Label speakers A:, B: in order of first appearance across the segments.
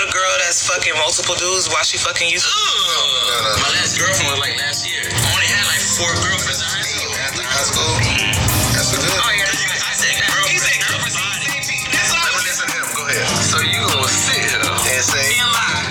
A: has fucking multiple dudes while she fucking you?
B: Ugh. My last girlfriend was like last year. I only had like four girlfriends in high school.
C: After high school, that's a good.
B: Oh yeah, that's right. I said
A: He said
B: girlfriend.
A: girlfriend's
B: girlfriend.
A: body. That's what I
C: Let me
A: was
C: listen to him. Go ahead.
B: So you gonna sit here
C: And say,
B: and lie?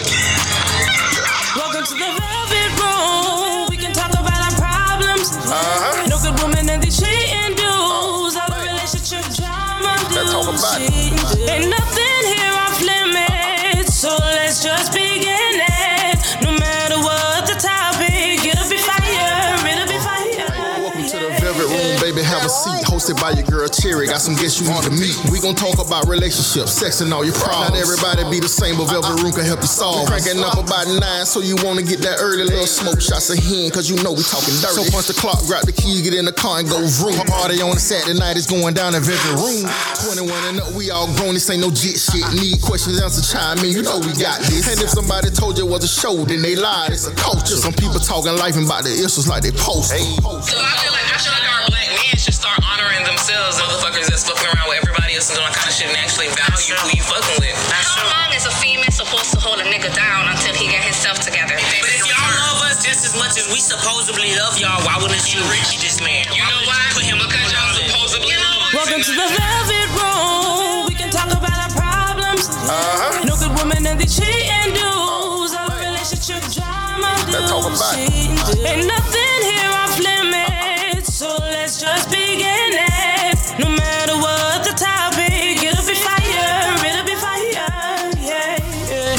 D: Welcome to the Velvet Room. We can talk about our problems.
C: Uh-huh.
D: No good woman and these cheating dudes. All the relationship drama.
C: Let's talk
D: dudes,
C: about it.
D: cheating dudes. Ain't nothing here off limits. So let's just begin it. No matter what the topic, it'll be fire. It'll be fire.
E: Welcome to the Velvet Room, baby. Have a seat. Hosted by your girl Cherry. Got some guests you need to meet. We gon' talk about relationships, sex, and all your problems. Not everybody be the same, but Velvet Room can help you solve. We cranking up about nine, so you wanna get that early little smoke shots of hen, cause you know we talking dirty. So punch the clock, grab the key, get in the car, and go vroom. Party on a Saturday night is going down at Velvet Room. 21 and up, we all grown. This ain't no jit shit. Need questions, answer, chime in. You know we got this. And if somebody told you it was a show, then they lied. It's a culture. Some people talking life and about the issues like they post.
A: So I feel like I feel like our black men should start honoring themselves, motherfuckers that's fucking around with everybody else and doing that kind of shit and actually value who you fucking with.
F: How long is a female supposed to hold a nigga down until he get himself together?
G: But if y'all love us just as much as we supposedly love y'all, why wouldn't you enrich this man?
A: You know why?
G: Put him
A: because
G: on all
A: y'all
G: that.
A: supposedly
D: Welcome to the Velvet Room. We can talk about our problems.
E: Uh-huh.
D: No good woman and these cheating dudes. All the relationship drama. Dudes,
C: talk about it.
D: cheating dudes. Ain't nothing here off limits. So let's just begin it. No matter what the topic, it'll be fire. It'll be fire. Yeah, yeah.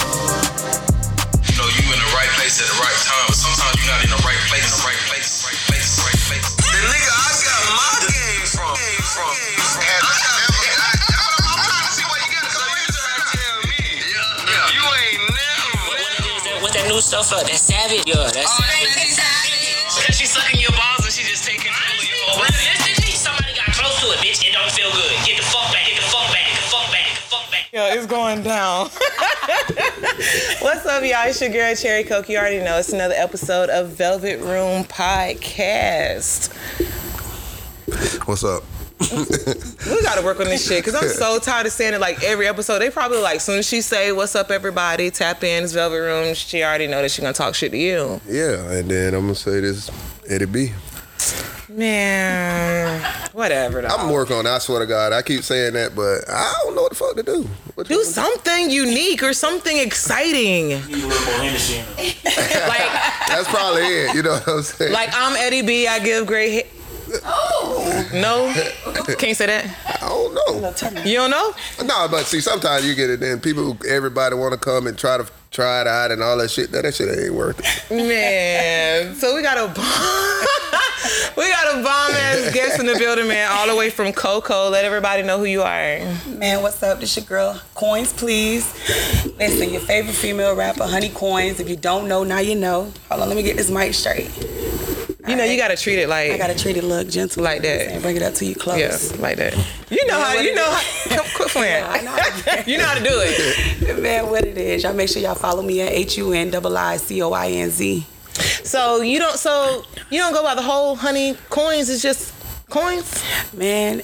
B: You know you in the right place at the right time, but sometimes you're not in the right place, the right place, right place, right place.
C: The nigga I got my game from. Game from. Had I never. I, I'm, I'm trying to see where you got it. So you trying to tell me? Yeah. yeah. You ain't never.
G: What's that new stuff up? That savage? Yeah, that's
A: Oh,
G: savage.
A: Because she's sucking your balls and she just taking control of your whole body.
G: Realistically, somebody got close to it, bitch. It don't feel good. Get the fuck back. Get the fuck back. Get the fuck back. Get the fuck back.
H: Yo, it's going down. What's up, y'all? It's your girl Cherry Coke. You already know it's another episode of Velvet Room Podcast.
C: What's up?
H: We gotta work on this shit because I'm so tired of saying it like every episode. They probably like soon as she say "What's up, everybody?" Tap in. It's Velvet Room. She already know that she gonna talk shit to you,
I: Yeah, and then I'm gonna say this, Eddie B.
H: man. Whatever. Though.
I: I'm working on. it, I swear to God, I keep saying that, but I don't know what the fuck to do. What
H: Do something unique or something exciting. like,
I: That's probably it. You know what I'm saying?
H: like I'm Eddie B. I give great. He- no, can't say that.
I: I don't know.
H: You don't know?
I: No, but see, sometimes you get it. Then people, everybody want to come and try to try it out and all that shit. That, that shit ain't worth it.
H: Man, so we got a we got a bomb ass guest in the building, man, all the way from Coco. Let everybody know who you are.
J: Man, what's up? This your girl, Coins Please. Listen, your favorite female rapper, Honey Coins. If you don't know, now you know. Hold on, let me get this mic straight.
H: You know, you gotta treat it
J: I
H: like
J: gotta treat it look gentle.
H: Like that.
J: And bring it up to you close.
H: yeah, like that. You know
J: You know
H: how
J: what
H: you
J: it
H: know.
J: is.
H: How, come, quit playing.
J: I know how to do
H: you know how to do it.
J: Man, what it is. Y'all make sure y'all follow me at H U N double I C O I N Z.
H: So you don't. So you don't go by the whole honey coins. It's just coins.
J: Man,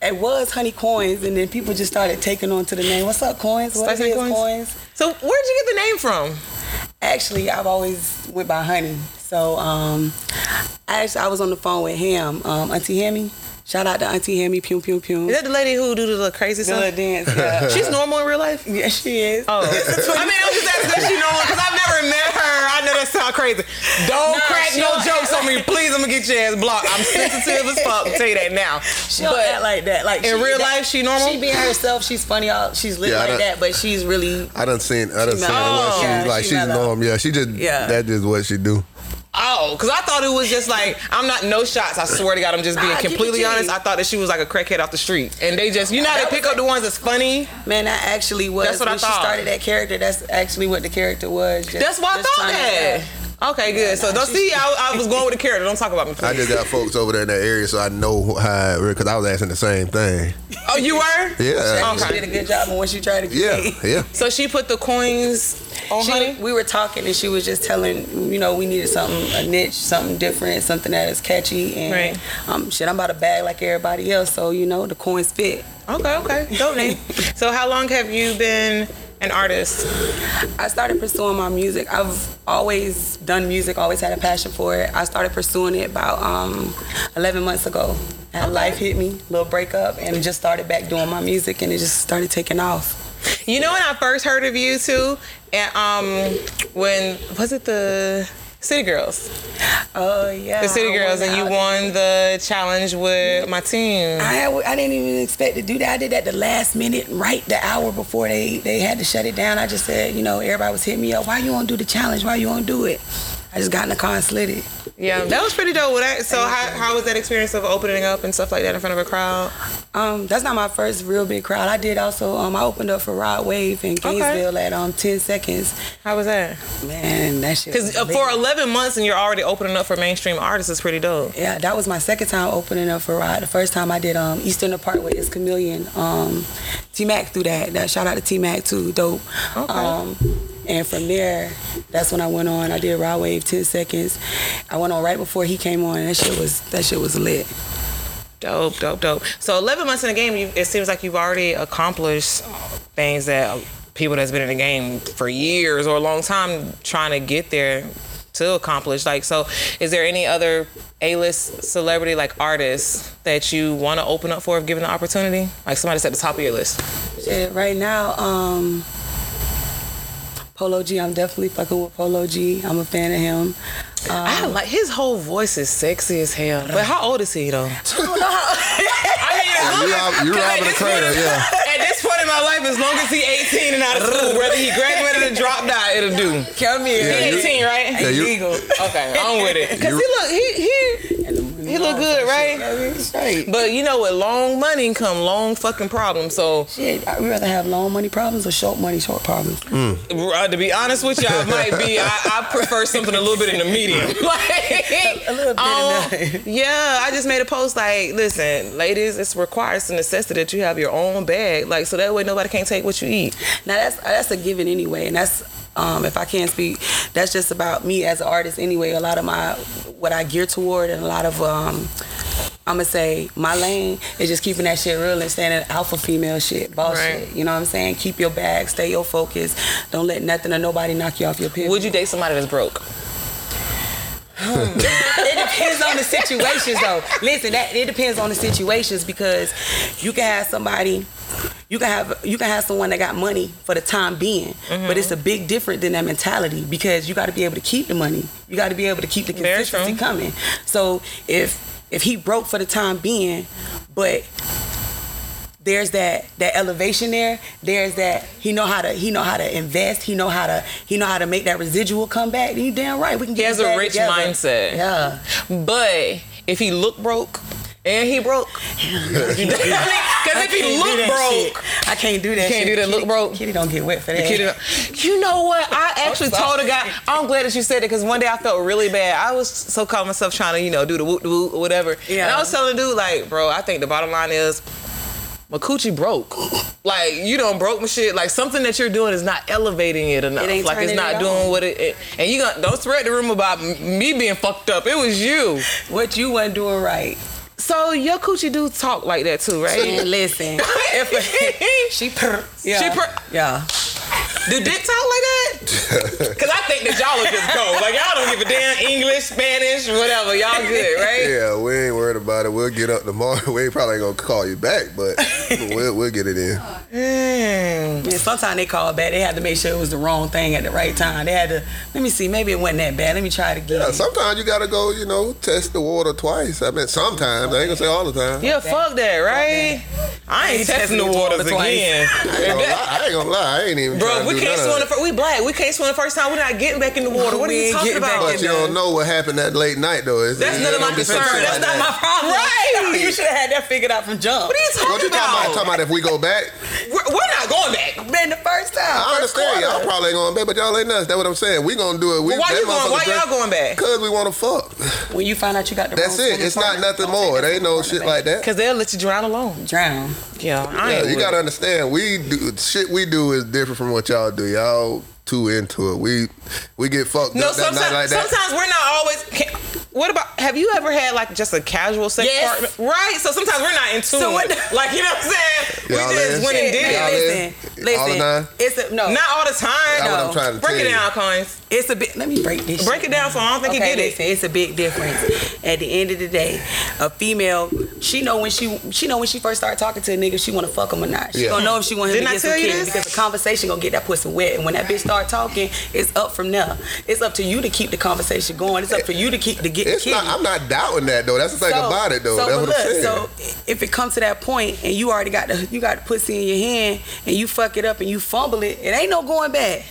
J: it was Honey Coins, and then people just started taking on to the name. What's up, Coins? What
H: Start
J: it
H: saying
J: is,
H: Coins?
J: Coins?
H: So where'd you get the name from?
J: Actually, I've always went by Honey. So um, I actually, I was on the phone with Ham, um, Auntie Hammy. Shout out to Auntie Hammy, Pew Pew Pew.
H: Is that the lady who do the little crazy
J: The
H: stuff?
J: little dance, yeah.
H: She's normal in real life.
J: yeah, she is.
H: Oh. I mean, I'm just asking if she normal because I've never met her. I know that sounds crazy. Don't crack no jokes on me, please. I'm gonna get your ass blocked. I'm sensitive as fuck. I'll tell you that now.
J: She don't act like that. Like
H: in
J: she-
H: real
J: that-
H: life, she normal?
J: She being herself. She's funny. All she's lit
I: Yeah, I
J: like
I: don't-
J: that, but she's really.
I: I done seen. I done
J: She
I: seen her
J: mellow.
I: what she
J: Yeah,
I: like.
J: she
I: she's
J: mellow.
I: norm. Yeah, she just.
J: Yeah.
I: That just what she do.
H: Oh, because I thought it was just like I'm not no shots. I swear to God, I'm just being
J: Nah, keep it
H: completely
J: G.
H: honest. I thought that she was like a crackhead off the street, and they just you know how they pick up the ones that's funny.
J: Man, I actually was.
H: That's what I
J: when
H: thought.
J: She started that character. That's actually what the character was. Just,
H: That's why I
J: just
H: thought
J: trying to
H: that.
J: act.
H: Okay, good. so don't see, I, I was going with the character. Don't talk about me.
I: I
H: Please.
I: just got folks over there in that area, so I know how. Because I was asking the same thing.
H: Oh, you were.
I: Yeah.
H: Okay.
J: She did a good job, and once you try to
I: Yeah. Yeah.
H: So she put the coins on honey.
J: She, we were talking and she was just telling, you know, we needed something, a niche, something different, something that is catchy. And
H: Right.
J: um, shit, I'm about to bag like everybody else. So, you know, the coins fit.
H: Okay, okay. Dope name. so how long have you been an artist?
J: I started pursuing my music. I've always done music, always had a passion for it. I started pursuing it about um, 11 months ago. And life hit me, little breakup, and just started back doing my music, and it just started taking off.
H: You know when I first heard of you too, and um, when was it the City Girls?
J: Oh yeah,
H: the City
J: I
H: Girls,
J: won
H: and you
J: the-
H: won the challenge with my team.
J: I, I didn't even expect to do that. I did that the last minute, right the hour before they, they had to shut it down. I just said, you know, everybody was hitting me up. Why you won't do the challenge? Why you won't do it? I just got in the car and slid it.
H: Yeah, that was pretty dope. Well, that- so how, how was that experience of opening up and stuff like that in front of a crowd?
J: Um, that's not my first real big crowd. I did also. Um, I opened up for Rod Wave in
H: Okay.
J: Gainesville at um ten seconds.
H: How was that?
J: Man, that shit.
H: Because
J: was lit.
H: uh, for 11 months and you're already opening up for mainstream artists is pretty dope.
J: yeah, that was my second time opening up for Rod. The first time I did um Eastern Apart with Is Chameleon. Um, T Mac through that. That shout out to T Mac too. Dope.
H: Okay.
J: Um, and from there, that's when I went on. I did Rod Wave ten seconds. I went on right before he came on. That shit was that shit was lit.
H: Dope, dope, dope. So 11 months in the game, you, it seems like you've already accomplished things that people that's been in the game for years or a long time trying to get there to accomplish. Like, so is there any other A-list celebrity, like artists, that you want to open up for if given the opportunity? Like somebody that's at the top of your list.
J: Shit, right now, um, Polo G. I'm definitely fucking with Polo G. I'm a fan of him. Um,
H: I like his whole voice is sexy as hell. But how old is he though? I mean,
I: You rob- you robbing the cradle, yeah.
H: At this point in my life, as long as he 18 and out of school, whether he graduated or dropped out, it'll do.
J: Come here.
I: Yeah,
H: he
I: you-
H: 18, right?
I: Yeah, you-
J: Legal.
H: Okay, I'm with it. Cause he look, he he he look good, right?
J: Straight.
H: But you know, with long money come long fucking problems. So
J: Shit, I'd rather have long money problems or short money short problems.
H: uh, to be honest with you, I might be. I, I prefer something a little bit in the medium. Like,
J: A little bit of
H: um, yeah, I just made a post like, listen, ladies, it's required, it's a necessity that you have your own bag, like, so that way nobody can take what you eat.
J: Now that's that's a given anyway, and that's um, if I can't speak, that's just about me as an artist anyway. A lot of my what I gear toward, and a lot of um, I'm gonna say my lane is just keeping that shit real and staying in alpha female shit, boss
H: Right.
J: shit. You know what I'm saying? Keep your bag, stay your focus. Don't let nothing or nobody knock you off your pivot.
H: Would you date somebody that's broke?
J: it depends on the situations though. Listen, that it depends on the situations because you can have somebody you can have you can have someone that got money for the time being, but it's a
H: Mm-hmm.
J: big different than that mentality because you got to be able to keep the money. You got to be able to keep the
H: Very
J: consistency
H: true.
J: coming. So if if he broke for the time being, but there's that that elevation there there's that he know how to he know how to invest he know how to he know how to make that residual come back you damn right we can get
H: He has
J: this
H: a
J: bag
H: rich
J: together.
H: mindset.
J: yeah
H: But if he look broke, and he broke, because if he
J: can't do
H: look
J: that
H: brook.
J: shit. I can't do that.
H: You can't
J: shit.
H: do that
J: Kitty,
H: look broke?
J: Kitty don't get wet for that.
H: The kid is- You know what? I actually told a guy. I'm glad that you said it because one day I felt really bad. I was so caught myself trying to, you know, do the whoop whoop or whatever.
J: Yeah.
H: And I was telling the dude like, bro, I think the bottom line is. My coochie broke. Like you don't broke my shit. Like something that you're doing is not elevating it enough.
J: It ain't
H: like it's
J: turning
H: not
J: it
H: doing
J: on.
H: what it, it- And you gonna don't spread the rumor about m- me being fucked up. It was you.
J: What you wasn't doing right.
H: So your coochie do talk like that too, right?
J: And listen, if she purr, yeah,
H: She purr-
J: yeah.
H: Do dick talk like that? Because I think that y'all are just go. Like, y'all don't give a damn English, Spanish, whatever. Y'all good, right?
I: Yeah, we ain't worried about it. We'll get up tomorrow. We ain't probably gonna call you back, but we'll, we'll get it in.
H: Mm.
J: And sometimes they call back. They had to make sure it was the wrong thing at the right time. They had to. Let me see. Maybe it wasn't that bad. Let me try it again.
I: Yeah, sometimes you gotta go, you know, test the water twice. I mean, sometimes I ain't gonna say all the time.
H: Yeah, fuck that, right? I ain't testing the waters
J: twice.
H: again.
I: I ain't, gonna lie. I ain't gonna lie. I ain't even.
H: Bro,
I: trying to
H: we
I: do
H: can't
I: none
H: swim
I: of
H: the
I: that.
H: first. We black. We can't swim the first time. We're not getting back in the water. What are
J: We
H: you
J: ain't
H: talking
J: getting back
H: about?
I: But you don't know what happened that late night though. It's-
H: That's
I: it's
H: none of
I: gonna
H: my
I: be some shit
H: concern.
I: like
H: That's
I: that.
H: not my problem. Right?
J: oh, you should have had that figured out from jump.
H: What are you talking
I: What you
H: about?
I: talking about? Talking about if we go back?
H: We're, we're not going back.
J: been the first time.
I: I
J: first
I: understand y'all
J: quarter.
I: probably ain't going back, but y'all ain't nuts. That's what I'm saying. We gonna do it. We,
H: But why
I: that
H: you going? Why
I: motherfucker's
H: y'all going back?
I: Cause we want to fuck.
J: When you find out you got the
I: That's
J: wrong
I: it. It's not
J: partner,
I: nothing
J: don't
I: more.
J: take
I: It ain't no shit like that.
H: Because they'll let you drown alone.
J: Drown.
H: Yeah, I
I: Yeah,
H: ain't.
I: you
H: with
I: gotta
H: it.
I: understand. We do shit. We do is different from what y'all do. Y'all too into it. We we get fucked
H: No,
I: up that
H: sometimes,
I: night like that.
H: sometimes we're not always. Can, What about have you ever had like just a casual sex
J: Yes.
H: partner? Right. So sometimes we're not in tune.
J: So what-
H: like you know what I'm saying?
I: Y'all
H: we just
I: in?
H: went and did
I: Y'all
H: it.
I: in? All the nine?
J: It's a, no,
H: Not all the time.
I: That's what I'm
H: though.
I: trying to
H: break
I: tell
H: it
I: you.
H: down, Coins.
J: It's a bit. Let me break this.
H: Break
J: shit
H: it down,
J: down.
H: so I don't think you
J: okay,
H: get it.
J: listen, It's a big difference. At the end of the day, a female, she know when she she know when she first start talking to a nigga, if she want to fuck him or not. She
H: Yeah.
J: gonna know if she want him
H: Didn't I
J: to get some
H: tell you
J: kids
H: this?
J: because the conversation gonna get that pussy wet. And when that bitch start talking, it's up from there. It's up to you to keep the conversation going. It's up for you to keep to get
I: It's
J: kids.
I: not, I'm not doubting that though. That's the thing about it though. That's
J: but
I: what I'm saying.
J: look, So if it comes to that point and you already got the you got the pussy in your hand and you fuck it up and you fumble it, it ain't no going back.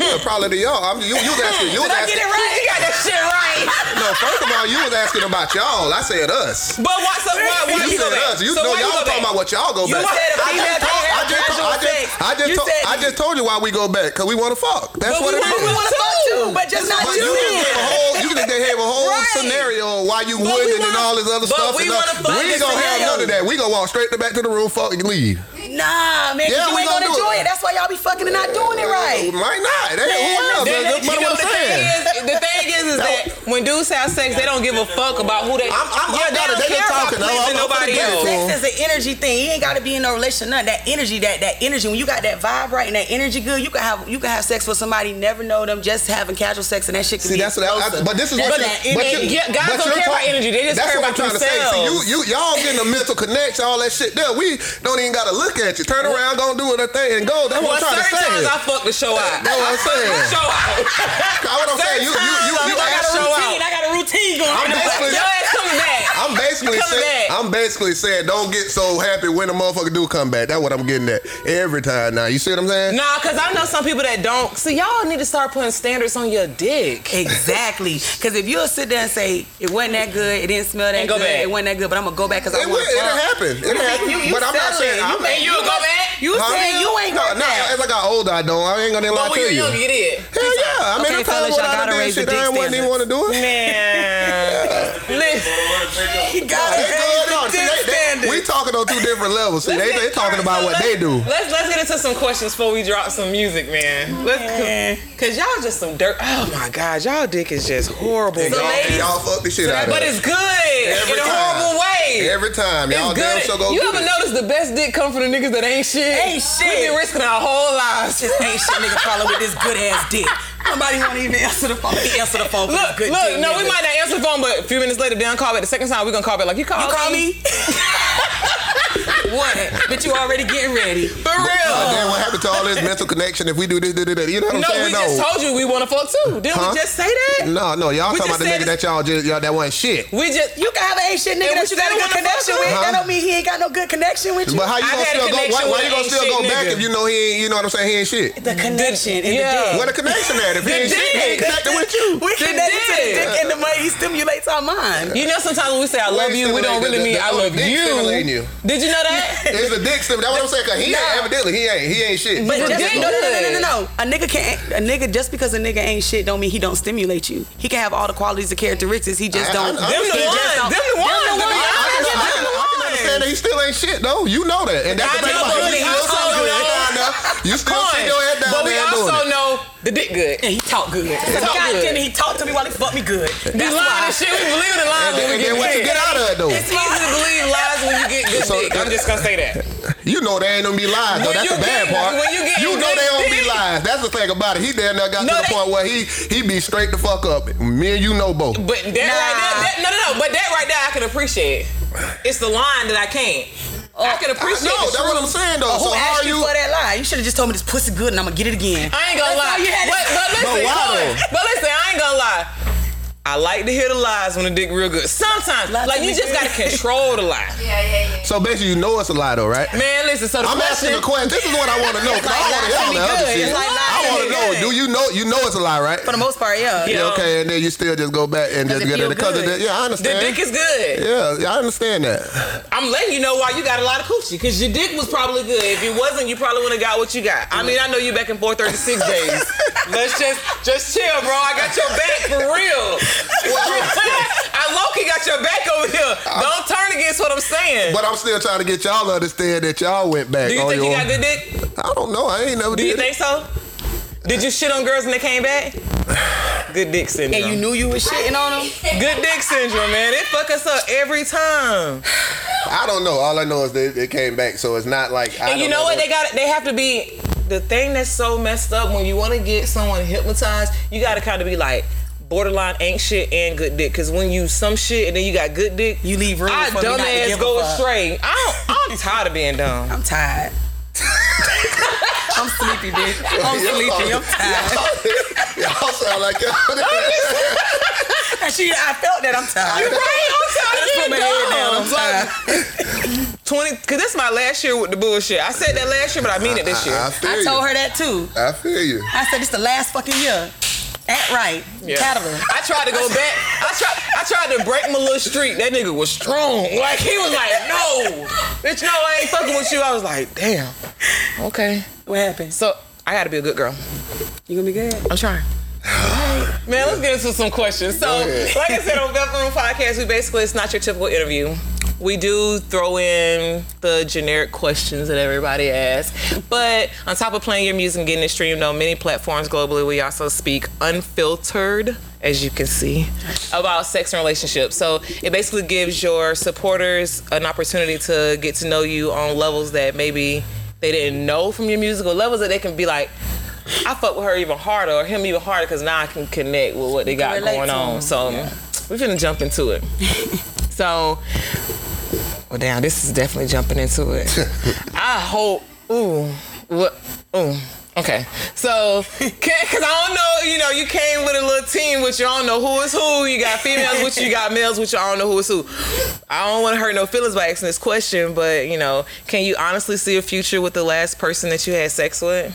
I: yeah, probably to y'all. I'm, you, you was asking. You was
J: Did I
I: asking,
J: get it right? You got that shit right.
I: No, first of all, you was asking about y'all. I said us.
H: But why? So why? why
I: you
H: go
I: said
H: back?
I: us. You
H: so
I: know
H: why
I: y'all
H: go
I: was talking
H: back?
I: about what y'all go
H: You
I: back.
H: said a
I: I
H: female
I: just
H: can't
I: told- I
H: have
I: just told- I
H: casual
I: just- I just
H: sex. You
I: told-
H: said-
I: I just told you why we go back because we want to fuck. That's
H: But
I: what
H: we
I: it
H: wanna-
I: is.
H: we wanna fuck too,
J: but just not
I: But
J: you.
I: you can give a whole, you can give a whole
J: Right.
I: scenario on why you
J: But we
I: wouldn't and
J: wanna-
I: all this other
J: but
I: stuff.
J: we
I: and all-
J: wanna fuck
I: we
J: the
I: ain't gonna have
J: scenario.
I: none of that. We gonna walk straight to back to the room, fuck and leave.
J: Nah, man, 'cause
I: Yeah,
J: you
I: we
J: ain't
I: gonna
J: gonna
I: do
J: enjoy
I: it.
J: it. That's why y'all be fucking and not doing it right.
I: Might not. That ain't who knows.
H: Then-
I: That's
H: you know,
I: what
H: the
I: I'm
H: thing
I: saying.
H: is, the thing is, is that when dudes have sex, they don't give a fuck about who they.
I: I'm- I'm- I
H: they
I: got it.
H: don't
I: They
H: care
I: just
H: about
I: talking. I'm-
H: pleasing
I: I'm- I'm
H: nobody
I: finna get it.
H: else.
I: Cool.
J: Sex is an energy thing. You ain't gotta be in no relationship. Nothing. That energy, that that energy. When you got that vibe right and that energy good, you can have you can have sex with somebody, never know them, just having casual sex, and that shit can
I: See,
J: be.
I: that's what I, I,
J: explosive.
I: but this is
J: That's
I: what you,
J: that
I: but
J: energy.
I: you,
H: Yeah, guys
I: but
H: don't
I: you're
H: care about
I: talking-
H: energy. They just
I: that's
H: care
I: what
H: about
I: I'm trying to
H: themselves.
I: say. See, you, you, y'all getting a mental connection, all that shit. There, we don't even gotta look at you. Turn around, go do it a thing, and go. That's
H: Well,
I: what I'm trying to
H: certain times
I: say.
H: I fuck the show out.
I: That's what I'm saying.
H: I fuck the show out.
I: That's what I'm saying. You, you, you,
H: I
I: you
H: got
I: asked-
H: a routine.
J: I got a routine going.
I: I'm
J: on.
I: basically-
H: Your ass coming back.
I: I'm basically
H: Coming
I: saying,
H: back.
I: I'm basically saying, don't get so happy when a motherfucker do come back. That's what I'm getting at every time. Now, you see what I'm saying?
H: Nah, cause I know some people that don't. See, y'all need to start putting standards on your dick.
J: Exactly, because if you'll sit there and say it wasn't that good, it didn't smell that
H: And go
J: good,
H: back.
J: it wasn't that good, but I'm gonna go back because I
I: It,
J: want
I: will-
J: to.
I: it'll happen. It'll happen.
J: You- you
I: but I'm not
J: selling.
I: saying.
J: You
I: I'm,
J: make-
H: you'll go back?
J: You
I: Huh?
J: said you ain't Oh,
I: no,
J: worth
I: no.
J: that.
I: As I got older, I don't. I ain't gonna lie
H: But when
I: to
H: you're
I: you.
H: young, you did.
I: Hell yeah! I mean,
J: Okay,
I: I probably
J: fellas,
I: would
J: y'all
I: have
J: gotta
I: done
J: raise
I: shit.
J: the
I: I
J: dick
I: wouldn't even want to do it.
H: Man, listen.
J: You
I: Nah,
J: gotta
I: they
J: raise
I: good.
J: the
I: No, see,
J: dick
I: they- they-
J: standard.
I: We talking on two different levels. See, they, they talking about what they do.
H: Let's let's get into some questions before we drop some music, man. Let's, cause y'all just some dirt. Oh my God, y'all dick is just horrible.
I: And
H: bro.
I: y'all, and
J: ladies-
I: y'all fuck the shit out of
H: But
I: it.
H: it's good
I: Every
H: in a
I: time.
H: horrible way.
I: Every time, y'all
H: it's
I: damn
H: good.
I: sure go.
H: you
I: get
H: ever
I: it.
H: noticed the best dick come from the niggas that ain't shit?
J: Ain't
H: We
J: shit.
H: been risking our whole lives.
J: This ain't shit, nigga. Calling with this good ass dick. Nobody want to even answer the phone. Let me answer the phone. for
H: Look,
J: this good
H: look,
J: dick,
H: no,
J: nigga.
H: we might not answer the phone, but a few minutes later, down call back. The second time, we gonna call back. Like, you call
J: You call me? what? But you already getting ready.
H: For real. uh,
I: Oh, damn, what happened to all this mental connection if we do this, do that? You know what I'm
H: no, we
I: saying?
H: just told you we wanna fuck too. Didn't
I: Huh?
H: we just say that?
I: No, no, y'all
H: We
I: talking
H: just
I: about the
H: said
I: nigga that
H: it's-
I: y'all just y'all that wasn't shit.
H: We just
J: You can have an ain't shit nigga
H: And we
J: that you
H: still
J: got a good
H: wanna
J: connection
H: fuck
J: with.
I: with
J: That
I: him.
J: don't mean he ain't got no good connection with you.
I: But how you
H: I've
I: gonna
H: had a
I: still go? Why,
H: connection
I: why
H: with
I: you gonna
H: an
I: still
H: ain't
I: go
H: shit
I: back
H: nigga.
I: if you know he ain't? You know what I'm saying? He ain't shit.
J: the connection and
H: yeah.
J: the dick.
I: What a connection at if he ain't shit, he ain't connected with you.
J: We
H: The
J: connected to the
H: dick.
J: dick and the way he stimulates our mind.
H: You know, sometimes when we say I love you, we don't really mean I love
I: Dick stimulating
H: you.
I: you.
H: Did you know that?
I: It's a dick stim. That's what I'm saying. Cause he ain't
J: Nah.
I: evidently he ain't he ain't shit.
J: But
H: The
J: just,
H: dick
J: no, no, no, no, no,
H: good.
J: no, no. A nigga can't. A nigga just because a nigga ain't shit don't mean he don't stimulate you. He can have all the qualities and characteristics. He just
I: I-
J: don't.
I: I-
H: Them
I: I
H: the
I: understand.
J: he just
H: ones.
J: don't-
H: Them the
J: Them
H: ones.
J: the
H: Them
J: ones.
H: the
I: I can, I, can, I can understand that he still ain't shit though. You know that, and that's
H: I
I: the thing
H: know,
I: about
H: but
I: him.
H: we
I: You still
H: also
I: see your
H: know-
I: head down there. You still see your head down
H: But we
I: there doing
H: also
I: it.
H: know the dick good.
J: And he talk good.
H: talk
J: God
H: good.
J: damn it, he talked to me while he fucked me good. That's
H: Be lying
J: why.
H: and shit. We believe in the lies
I: And
H: when
I: then,
H: we
I: and then
H: get
I: what you
H: paid.
I: get out of it though?
H: It's easy to believe lies when you get good
I: So-
H: dick. I'm just gonna say that.
I: You know they ain't gonna be lies. though.
H: When
I: That's
H: you
I: the bad
H: get-
I: part.
H: when you get
I: know
H: good
I: they don't be
H: dick-
I: lies. That's the thing about it. He damn near got
H: No,
I: to the
H: they-
I: point where he he be straight the fuck up. Me and you know both.
H: But that right there, that, no, no, no. But that right there, I can appreciate. It's the line that I can't. I can appreciate.
I: no,
H: the
I: Oh, that's what
H: truth.
I: I'm saying though.
J: Who
I: so how
J: asked
I: are
J: you,
I: you?
J: for that lie? You should have just told me this pussy good and I'm gonna get it again.
H: I ain't gonna
J: That's all
H: lie.
J: you had to
H: But,
J: say.
H: but listen,
I: But why
H: come on.
I: though?
H: but listen, I ain't gonna lie. I like to hear the lies when the dick real good. Sometimes,
J: Lies
H: like
J: when
H: you
J: it
H: just
J: good.
H: gotta control the lie.
I: So basically, you know it's a lie though, right?
H: Man, listen. So the
I: I'm
H: question,
I: asking a question. This is what I want to know. 'cause I want to hear all the other
J: It's
I: shit.
J: like lies
I: I
J: to
I: want to
J: me
I: know. Do you know? You know it's a lie, right?
J: For the most part, yeah.
I: Yeah,
H: Yeah.
I: okay, and then you still just go back and just
J: it
I: get it
J: feel
I: because of
J: good.
I: that. Yeah, I
H: the
I: understand.
H: dick is good.
I: yeah, yeah, I understand that.
H: I'm letting you know why you got a lot of coochie because your dick was probably good. If it wasn't, you probably wouldn't have got what you got. I mean, I know you back in 436 days. Let's just just chill, bro. I got your back for real. I low-key got your back over here. Don't turn against what I'm saying.
I: But I'm still trying to get y'all to understand that y'all went back
H: Do you
I: on
H: think you
I: your.
H: got good dick?
I: I don't know. I ain't never
H: Do you
I: did
H: think
I: it.
H: so? Did you shit on girls and they came back? Good dick syndrome.
J: And you knew you was shitting on him?
H: Good dick syndrome, man. It fuck us up every time.
I: I don't know. All I know is that it came back, so it's not like. I
H: and you
I: don't
H: know, what? They got. They have to be. The thing that's so messed up when you want to get someone hypnotized, you got to kind of be like borderline ain't shit and good dick. Because when you some shit and then you got good dick,
J: you leave room.
H: I
J: for me not to
H: dumbass
J: give a
H: go
J: fuck.
H: astray. I don't, I'm tired of being dumb.
J: I'm tired. I'm sleepy, bitch. I'm
I: Y'all-
J: sleepy. I'm tired.
I: Y'all sound like y'all.
J: Actually, I felt that I'm tired.
H: You're right. I'm tired of
J: Put my
H: being
J: head
H: dumb.
J: down. I'm tired.
H: Twenty, cause that's my last year with the bullshit. I said that last year, but I mean it this year.
I: I, I feel
J: I
I: you.
J: told her that too.
I: I feel you.
J: I said it's the last fucking year. Act right.
H: Yeah.
J: Catalan.
H: I tried to go back. I tried. I tried to break my little streak. That nigga was strong. Like he was like, no, bitch, no, I ain't fucking with you. I was like, damn. Okay.
J: What happened?
H: So I got to be a good girl.
J: You gonna be good?
H: I'm trying. Man, let's get into some questions. So,
I: Go ahead.
H: like I said on Velvet Room Podcast, we basically it's not your typical interview. We do throw in the generic questions that everybody asks, but on top of playing your music and getting it streamed on many platforms globally, we also speak unfiltered, as you can see, about sex and relationships. So it basically gives your supporters an opportunity to get to know you on levels that maybe they didn't know from your music, or levels that they can be like, I fuck with her even harder or him even harder because now I can connect with what they got
J: relate
H: going
J: to
H: on.
J: 'em.
H: So we're gonna jump into it. so, well, damn, this is definitely jumping into it. I hope. Ooh, what? Ooh. Okay, so because I don't know, you know, you came with a little team, which you I don't know who is who. You got females, which you got males, which you I don't know who is who. I don't want to hurt no feelings by asking this question, but you know, can you honestly see a future with the last person that you had sex with?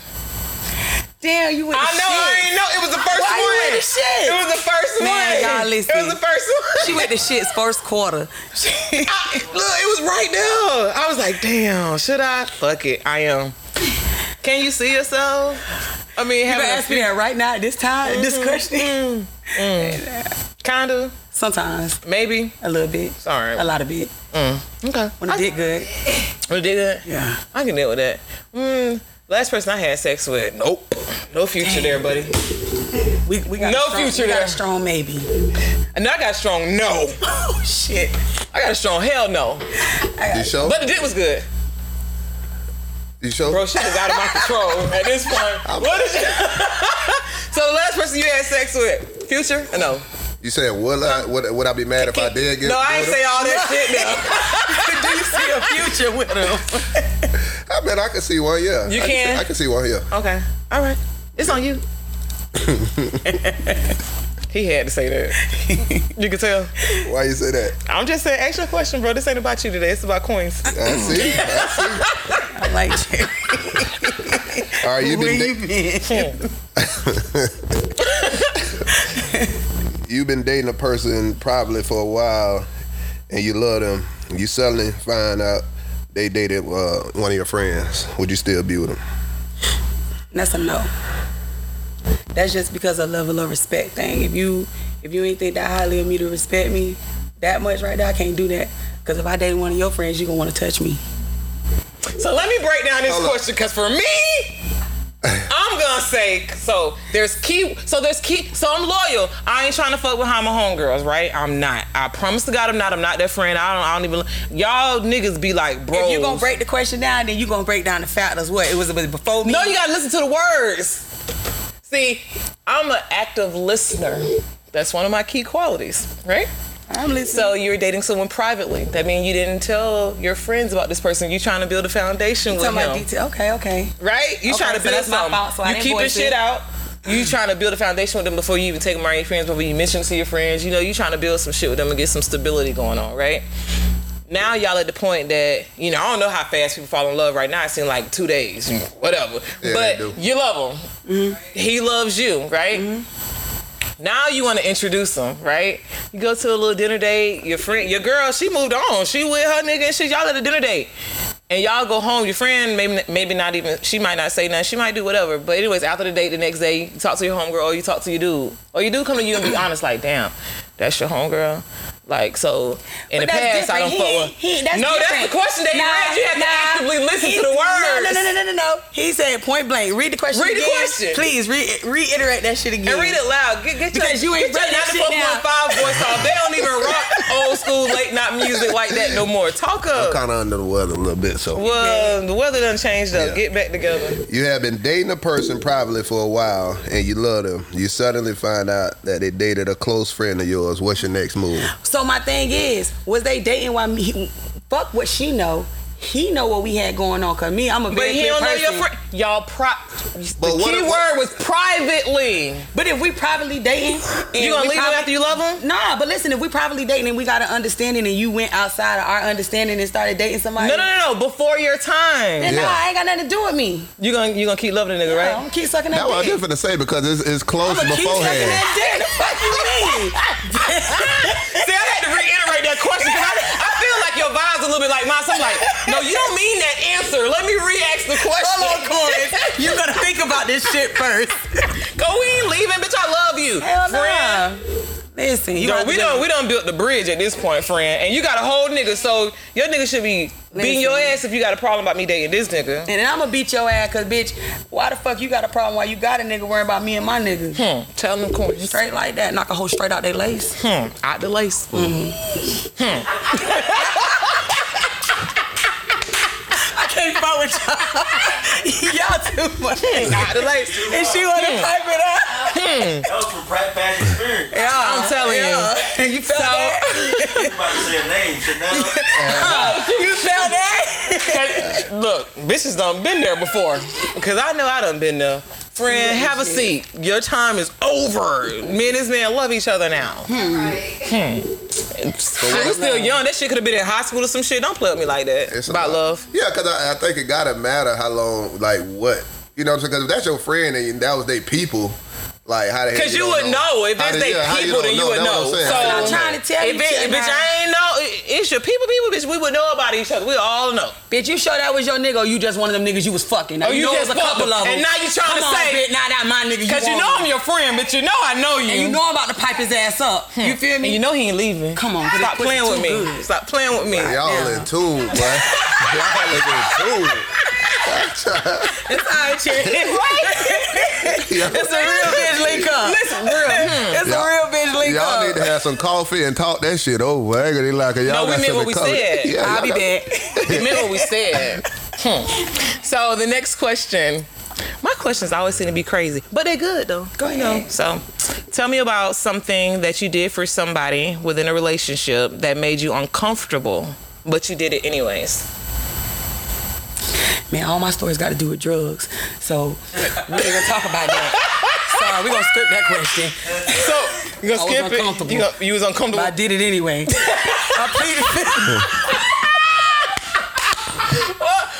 J: Damn, you with the
H: I know, I
J: shit.
H: ain't know. It was the first
J: Why
H: one.
J: you with the shit?
H: It was the first
J: Man,
H: one.
J: y'all listen.
H: It was the first one.
J: She with the shits first quarter.
H: I, look, it was right there. I was like, damn, should I? Fuck it, I am. Can you see yourself? I mean,
J: You
H: having
J: gonna
H: a
J: ask me that right now at this time, this
H: Mm-hmm.
J: question?
H: kinda,
J: Sometimes,
H: maybe.
J: a little bit,
H: It's all right.
J: a lot of bit.
H: Mm. Okay.
J: When I did good,
H: We did that.
J: yeah.
H: I can deal with that. Mm, last person I had sex with. Nope. No future there, buddy.
J: We, we got
H: No
J: a strong,
H: future
J: we got a
H: there.
J: strong maybe.
H: And I got strong. No.
J: Oh shit!
H: I got a strong. Hell no.
I: You show?
H: But the dick was good.
I: You show?
H: Bro, shit is out of my control at this point. What is it? so the last person you had sex with, Future? No.
I: You saying would I would, would I be mad if I did get?
H: No, I ain't
I: with
H: say
I: him?
H: all that shit now.
J: Do you see a future with them?
I: I bet I can see one. Yeah,
H: You
I: I
H: can? Oh.
I: see- I can see one. Yeah.
H: Okay. All right. It's on you. he had to say that. You can tell.
I: Why you say that?
H: I'm just saying, ask your question, bro. This ain't about you today. It's about coins.
I: I see. I
J: I like you.
I: see. All right, you
J: Where
I: been
J: you
I: da-
J: been?
I: you've been dating a person probably for a while, and you love them. You suddenly find out they dated uh, one of your friends. Would you still be with them?
J: That's a no. That's just because of level of respect thing. If you if you ain't think that highly of me to respect me that much right there, I can't do that. Cause if I date one of your friends, you gonna want to touch me.
H: So let me break down this
I: Hold up.
H: question because for me, I'm gonna say so. There's key. So there's key. So I'm loyal. I ain't trying to fuck with how my homegirls, right? I'm not. I promise to God, I'm not. I'm not their friend. I don't. I don't even. Y'all niggas be like, bro.
J: If you gonna break the question down, then you gonna break down the factors. What it was, it was before me.
H: No, you gotta listen to the words. See, I'm an active listener. That's one of my key qualities, right?
J: I'm listening.
H: So you're dating someone privately. That means you didn't tell your friends about this person. You trying to build a foundation with
J: Talking about
H: him.
J: detail. Okay, okay.
H: right? You
J: Okay,
H: trying to
J: so
H: build
J: that's my
H: something.
J: fault, so I
H: you
J: didn't
H: keeping
J: voice
H: shit
J: it.
H: out. You trying to build a foundation with them before you even take them around your friends, before you mention it to your friends. You know, you trying to build some shit with them and get some stability going on, right? Now y'all at the point that you know I don't know how fast people fall in love right now. It seems like two days, whatever.
I: Mm. Yeah, they do.
H: but you love him.
J: Mm-hmm.
H: He loves you, right? Now you want to introduce them, right? You go to a little dinner date. Your friend, your girl, she moved on. She with her nigga and shit. Y'all at a dinner date, and y'all go home. Your friend, maybe, maybe not even. She might not say nothing. She might do whatever. But anyways, after the date, the next day, you talk to your homegirl or you talk to your dude, or you do come to you and be honest, like, damn, that's your homegirl. Like so, in
J: But
H: the
J: that's
H: past, I don't
J: different.
H: fuck with.
J: He- he- that's
H: no, that's
J: different.
H: the question that you
J: Nah,
H: asked. You have to
J: nah.
H: actively listen
J: He-
H: to the
J: no,
H: words.
J: No, no, no, no, no, no. He said point blank. Read the question.
H: Read the
J: again.
H: question.
J: Please re- reiterate that shit again.
H: And read it loud. Get, get
J: because
H: your,
J: you ain't
H: get your
J: read that
H: not the
J: shit
H: Pokemon
J: now.
H: Five voice off. They don't even rock old school late night music like that no more. Talk
I: I'm
H: up.
I: kind of under the weather a little bit, so.
H: Well, the weather done changed up. Get
I: Yeah.
H: back together.
I: You have been dating a person probably for a while and you love them. You suddenly find out that they dated a close friend of yours. What's your next move?
J: So my thing is, was they dating while me? he- Fuck what she know. He know what we had going on. Cause me, I'm a
H: But
J: very
H: he
J: clear
H: don't know
J: person.
H: your friend. Y'all pro.
I: But
H: the
I: what
H: key
I: if-
H: word was privately.
J: But if we privately dating, and
H: You gonna leave
J: we
H: him
J: probably-
H: after you love him?
J: Nah, but listen, if we privately dating and we got an understanding, and you went outside of our understanding and started dating somebody,
H: No, no, no, no. Before your time,
J: then
I: Yeah.
J: nah, I ain't got nothing to do with me.
H: you gonna you gonna keep loving the nigga,
J: Right.
H: right?
J: I'm gonna keep sucking that
I: That's what I
J: dick.
I: was just finna say because it's, it's close
J: I'ma keep sucking
I: beforehand.
J: that dick. The fuck you mean?
H: See, I had to reiterate that question because I, I feel like your vibes a little bit like mine. So I'm like, no, you don't mean that answer. Let me re-ask the question.
J: Hold on, Corey. You gotta think about this shit first.
H: Go in, leaving, bitch. I love you,
J: Hell
H: friend.
J: nah. Listen, you
H: Yo,
J: got
H: we
J: to-
H: done we done built the bridge at this point, friend. And you got a whole nigga, so your nigga should be beating
J: Listen.
H: your ass if you got a problem about me dating this nigga.
J: And then I'm gonna beat your ass, cause bitch, why the fuck you got a problem? Why you got a nigga worrying about me and my nigga?
H: Hmm. Tell them coins.
J: Straight like that, knock a hoe straight out they lace.
H: Hmm. Out the lace.
J: I can't fight with y'all. y'all too much.
H: Out the lace.
J: And she wanna
H: hmm.
J: pipe it
H: uh,
J: up.
C: That was from Brat Bad Experience.
J: Yeah,
H: I'm telling
J: you. You felt that?
C: You about to say a name, so now.
J: You felt that?
H: you. Look, bitches done been there before. Cause I know I done been there. Friend, have a seat. Your time is over. Me and this man love each other now. Hmm. Hmm. We're still young. That shit could have been in high school or some shit. Don't play with me like that.
I: It's a
H: about
I: lot.
H: love.
I: Yeah, because I, I think it gotta matter how long, like what. You know what I'm saying? Because if that's your friend and that was their people, like how the hell
H: Cause you
I: don't
H: would know if
I: How
H: it's
I: do-
H: they
I: yeah, how
H: people,
I: don't
H: then you would
I: That's
H: know.
I: what I'm saying.
H: So-
I: How
J: I'm
I: you
J: trying
I: know?
J: to tell
H: If
J: you.
H: it,
J: Chittin'
H: bitch,
J: High.
H: I ain't know. it- It's your people, people, bitch. We would know about each other. We all know.
J: Bitch, you sure that was your nigga or you just one of them niggas you was fucking? Now,
H: Oh, you
J: know it
H: just
J: was a couple
H: fucked
J: of
H: and
J: them.
H: now you trying to
J: Come on,
H: say-
J: bitch, now that my nigga you
H: Cause you
J: want.
H: know I'm your friend, but you know I know you.
J: And you know I'm about to pipe his ass up. You feel me?
H: And you know he ain't leaving.
J: Come on, get
H: stop
J: it pussy
H: playing with
J: too
H: me.
J: good.
H: Stop playing with me.
I: Y'all in tune, boy. Y'all is in tune.
J: It's all right, Cherry. It's a real bitch link up.
H: Listen, real. hmm.
J: It's
I: Y'all-
J: a real bitch link
I: Y'all
J: up.
I: need to have some coffee and talk that shit over. I ain't gonna lie, 'cause y'all
H: No, we
I: got
H: meant what
I: something
H: we
I: covered.
H: said.
I: Yeah,
J: I'll
I: y'all
J: be
I: got-
J: back.
H: Remember what we said. Hmm. So the next question. My questions always seem to be crazy, but they're good though. Go ahead. So, tell me about something that you did for somebody within a relationship that made you uncomfortable, but you did it anyways.
J: Man, all my stories got to do with drugs. So we ain't gonna talk about that. Sorry, we gonna skip that question.
H: So you
J: I
H: gonna
J: was
H: skip it?
J: uncomfortable.
H: You, gonna, you was
J: But
H: uncomfortable.
J: I did it anyway. I pleaded fifth.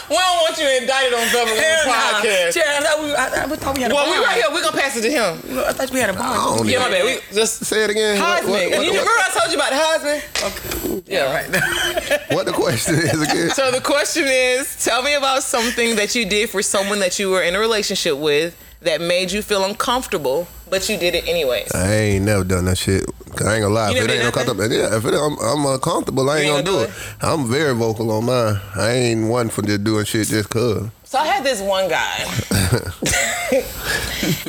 H: we don't want you indicted on government
J: Hell nah.
H: podcast.
J: Cherry, I thought we, I, I thought we had a
H: Well,
J: bond.
H: we right here. We gonna pass it to him.
J: I thought we had a bond.
I: I don't
H: Yeah, my
I: even-
H: bad. We just
I: Say it again. What,
H: Heisman.
I: what,
H: And you
I: what,
H: remember I told you about the Heisman? Yeah, right.
I: what the question is again?
H: So the question is, tell me about something that you did for someone that you were in a relationship with that made you feel uncomfortable, but you did it anyways.
I: I ain't never done that shit. 'Cause I ain't gonna lie.
H: You
I: If it
H: never did
I: ain't
H: nothing?
I: uncomfortable, yeah. If it, I'm, I'm uncomfortable, I ain't,
H: You ain't
I: gonna,
H: gonna
I: do
H: do
I: it. I'm very vocal on mine. I ain't one for just doing shit just cause.
H: So I had this one guy,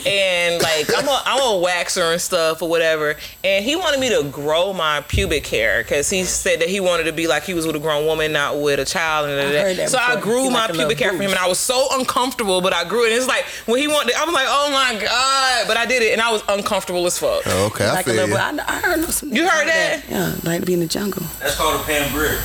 H: and like I'm a, I'm a waxer and stuff or whatever, and he wanted me to grow my pubic hair because he said that he wanted to be like he was with a grown woman, not with a child. And da- da- da.
J: heard that
H: so I
J: before.
H: grew
J: He
H: my
J: like a
H: pubic
J: little
H: hair from him,
J: boost.
H: and I was so uncomfortable, but I grew it. And it's like when he wanted, I was like, oh my god, but I did it, and I was uncomfortable as fuck.
J: Oh,
I: Oh, Okay, I
J: Like a
I: feel
J: little
I: you.
J: boy. I, kn- I heard no- some.
H: You heard that?
J: Yeah, like to be in the jungle.
C: That's called a Pambria.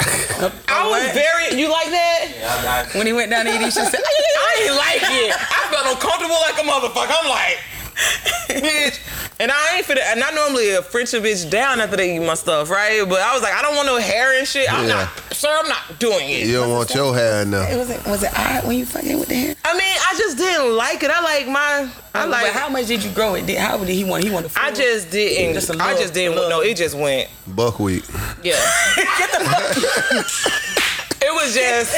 H: I was very, you like that?
C: Yeah, I, I,
J: When he went down to eat, he just said,
H: I ain't like it. I felt uncomfortable like a motherfucker. I'm like, bitch. And I ain't finna, and I normally a French a bitch down after they eat my stuff, right? But I was like, I don't want no hair and shit. I'm
I: Yeah.
H: not, sir, I'm not doing it.
I: You don't want your hair in
J: It
I: there.
J: was it was it odd when you fucking with the hair?
H: I mean, I just didn't like it. I like my, I like,
J: but how much did you grow it? Did, how did he want? He wanted.
H: I just didn't,
J: Just a
H: I
J: little-
H: just didn't, no, it just went,
I: Buckwheat.
H: yeah. It was just,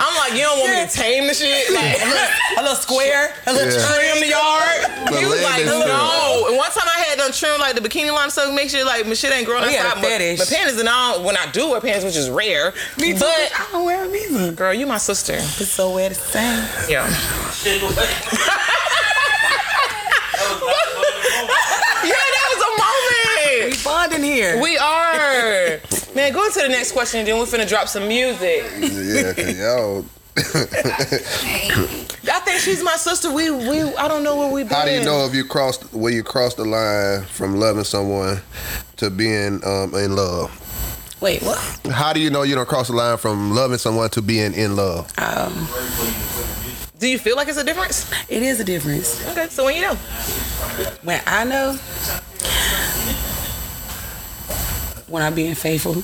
H: I'm like, you don't want me to tame the shit? Like,
J: a little square, a little
I: Yeah.
J: trim
H: in the yard.
I: But
H: You was
I: leg
H: like,
I: is
H: no.
I: good.
H: And one time I had done trimmed like the bikini line so make sure like my shit ain't growing
J: Oh, yeah,
H: outside.
J: the
H: But-
J: fetish.
H: But panties and all when I do wear panties, which is rare.
J: Me too,
H: But
J: bitch, I don't wear them either.
H: Girl, you my sister.
J: It's so weird the same.
H: Yeah. yeah, that was a moment.
J: We bonding here.
H: We are. Man, go into the next question and then we're finna drop some music.
I: Yeah, cause y'all.
H: I think she's my sister. We we I don't know where we been.
I: How do you know if you crossed where you crossed the line from loving someone to being um, in love?
J: Wait, what?
I: How do you know you don't cross the line from loving someone to being in love?
J: Um,
H: Do you feel like it's a difference?
J: it is a difference.
H: Okay, so when you know.
J: When I know, when I'm being faithful,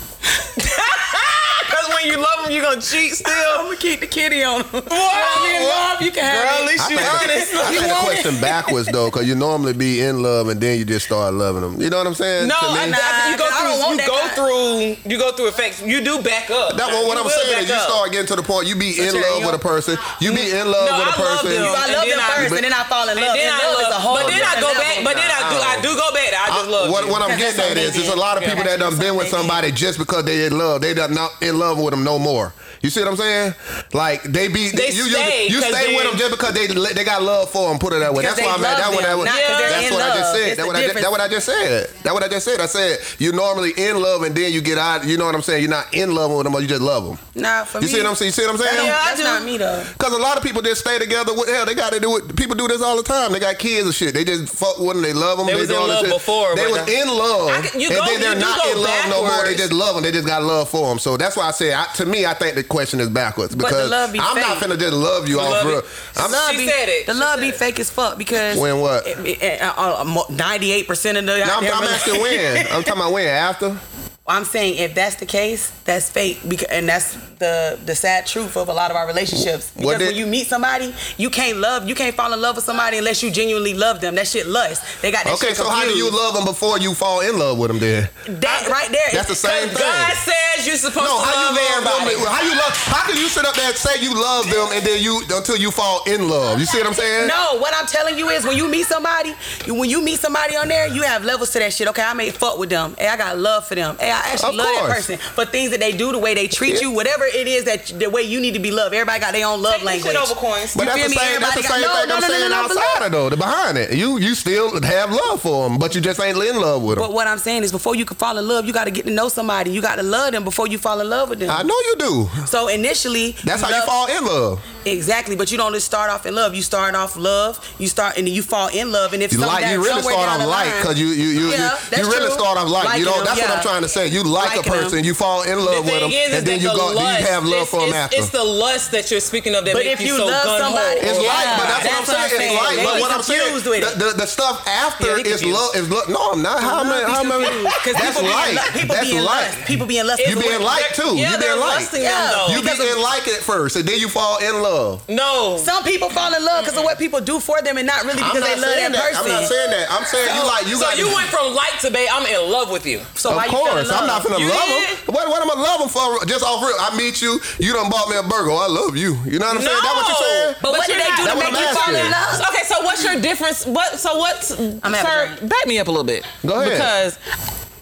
H: Cause when you love them, you gonna cheat still.
J: I'm gonna keep the kitty on them.
H: Whoa,
J: I'm in love, you can have
H: Girl,
J: it.
H: at least you honest.
I: I
H: You
I: think the
H: want it.
I: question backwards though, because you normally be in love and then you just start loving them. You know what I'm saying?
H: No,
I: To me,
H: I, I, think you go
J: Nah, 'cause I don't
H: through.
J: want
H: You
J: that
H: go
J: kind.
H: through. You go through effects. You do back up.
I: That's what, what
H: You
I: I'm
H: will
I: saying.
H: back
I: Is you
H: up.
I: start getting to the point you be in
H: Terry,
I: love
H: you- Mm.
I: with a person. You be in love
H: No,
I: with
H: I
I: a
H: love
I: person.
H: them.
J: I love
H: And
J: them
H: then I-
J: first, and then I fall in love.
H: And then
J: And
H: I
J: love is a whole
H: love. But then I go
J: different level.
H: back. But then I do. I do go back. I just
I: I-
H: love.
I: what,
H: you.
I: what I'm getting at is, there's a lot of people that done been with somebody just because they in love. They done not in love with them no more. You see what I'm saying? Like they be,
H: They
I: you,
H: stay
I: you, you
H: 'cause
I: stay
H: they-
I: with them just because they they got love for them. Put it that way.
J: Because
I: That's why I'm
J: they
I: at. That
J: love
I: what I
J: them,
I: was.
J: not 'cause they're
I: That's
J: in
I: what I just
J: love.
I: said.
J: It's
I: That's
J: the
I: what I just,
J: difference.
I: that what I just said. That what I just said. I said you normally in love and then you get out. You know what I'm saying? You're not in love with them, or you just love them.
J: Nah, for
I: You
J: me.
I: see what I'm saying? You see what I'm
J: That
I: saying?
J: don't-
H: Yeah, I
J: that's
H: do.
J: not me though.
I: Cause a lot of people just stay together. What the hell they got to do? It. People do this all the time. They got kids and shit. They just fuck with them. They love them.
H: They was
I: do
H: in
I: all this
H: love
I: shit.
H: before,
I: They
H: but
I: was
H: now-
I: in love,
H: I can- you
I: and
H: go-
I: then they're
H: you do
I: not
H: go
I: in love no more. They
H: backwards.
I: just love them. They just got love for them. So that's why I say, I, to me, I think the question is backwards
J: the
I: because
J: love be
I: I'm not
J: fake.
I: finna just love you off
H: love
I: real.
H: it.
I: I'm not.
H: She
J: be-
H: said it.
J: The
H: She said
J: love be fake as fuck because
I: When what?
J: it- it- it- uh, uh, mo- 98% of the
I: No, I'm, I'm asking when. I'm talking about when after.
J: I'm saying if that's the case, that's fake, because, and that's the the sad truth of a lot of our relationships. Because
I: What did-
J: when you meet somebody, you can't love, you can't fall in love with somebody unless you genuinely love them. That shit lust. They got that
I: Okay,
J: shit
I: so how do you
J: confused.
I: love them before you fall in love with them? Then
J: that right there?
I: That's the same
J: because
I: thing.
H: God says you're supposed
I: No,
H: to
I: how you
H: love
I: love
H: everybody.
I: women? How you love? How can you sit up there and say you love them and then you until you fall in love? You see what I'm saying?
J: No, what I'm telling you is when you meet somebody, you, when you meet somebody on there, you have levels to that shit. Okay, I may fuck with them. Hey, I got love for them. Hey, I actually
I: Of
J: love
I: course.
J: that person for things that they do, the way they treat you, whatever it is that the way you need to be loved. Everybody got their own love
H: Take this
J: language.
H: shit over coins.
I: But
J: You
I: that's
J: feel
I: the
J: me?
I: same. That's the
J: Everybody got-
I: same thing
J: no, no,
I: I'm
J: no, no,
I: saying
J: no, no,
I: outside of though, the behind it. You you still have love for them, but you just ain't in love with
J: But
I: them.
J: what I'm saying is, before you can fall in love, you got to get to know somebody. You got to love them before you fall in love with them.
I: I know you do.
J: so initially,
I: That's how you
J: love-
I: fall in love.
J: Exactly, but you don't just start off in love. You start off love. You start and then you fall in love, and if
I: You
J: some-
I: like
J: that-
I: you really
J: somewhere
I: start
J: down
I: off
J: the
I: light
J: line-
I: because you you you,
J: Yeah,
I: you, you
J: that's
I: really
J: true.
I: start off light. you
J: Liking
I: know
J: them,
I: that's what I'm
J: yeah.
I: trying to say. You like
J: Liking
I: a
J: them.
I: person, you fall in
H: The
I: love with them,
H: thing is, is
I: and then
H: that
I: you
H: the
I: go then you
H: lust-
I: have love
H: it's-
I: for them
H: it's-
I: after.
H: It's the lust that you're speaking of that
J: But
H: makes
J: if you
H: so
J: love
H: gun-ho.
J: somebody-
I: It's
J: Yeah,
I: like, but that's,
J: that's
I: what I'm
J: what I'm
I: saying. It's
J: saying.
I: like,
J: They
I: but
J: get
I: what I'm saying,
J: confused with it.
I: the, the, the stuff after
J: Yeah, they
I: is
J: confused.
I: love. Is love? No, I'm not. How am I? How am I?
J: Because
I: That's
J: people
I: like.
J: Being, lu- people
I: that's
J: being
I: like.
J: lust. People being lust.
I: You
J: is
I: being
J: what-
I: like too.
H: Yeah,
I: you
H: they're
I: being like.
H: lusting them though.
I: You be in like at first, and then you fall in love.
H: no.
J: Some people fall in love because of what people do for them, and not really because
I: I'm
J: they
I: not
J: love
I: saying
J: that
I: that. I'm
J: person.
I: not saying that. I'm saying you like you
H: so
I: got.
H: you went from like to babe. I'm in love with you.
J: so why
I: of
J: you fell in
I: course, I'm not
J: love?
I: finna
H: You
I: love
H: did?
I: him. What, what am I love him for? Just off real, I meet you. You done bought me a burger. I love you. You know what I'm saying? That what you saying?
J: But what
H: you're
J: did they
H: not-
J: do to
I: That's what
J: make
I: I'm
J: you fall in
I: asking.
J: love?
H: Okay, so what's your difference? What? So what's?
J: I'm having a
H: sir, back me up a little bit.
I: Go ahead.
H: Because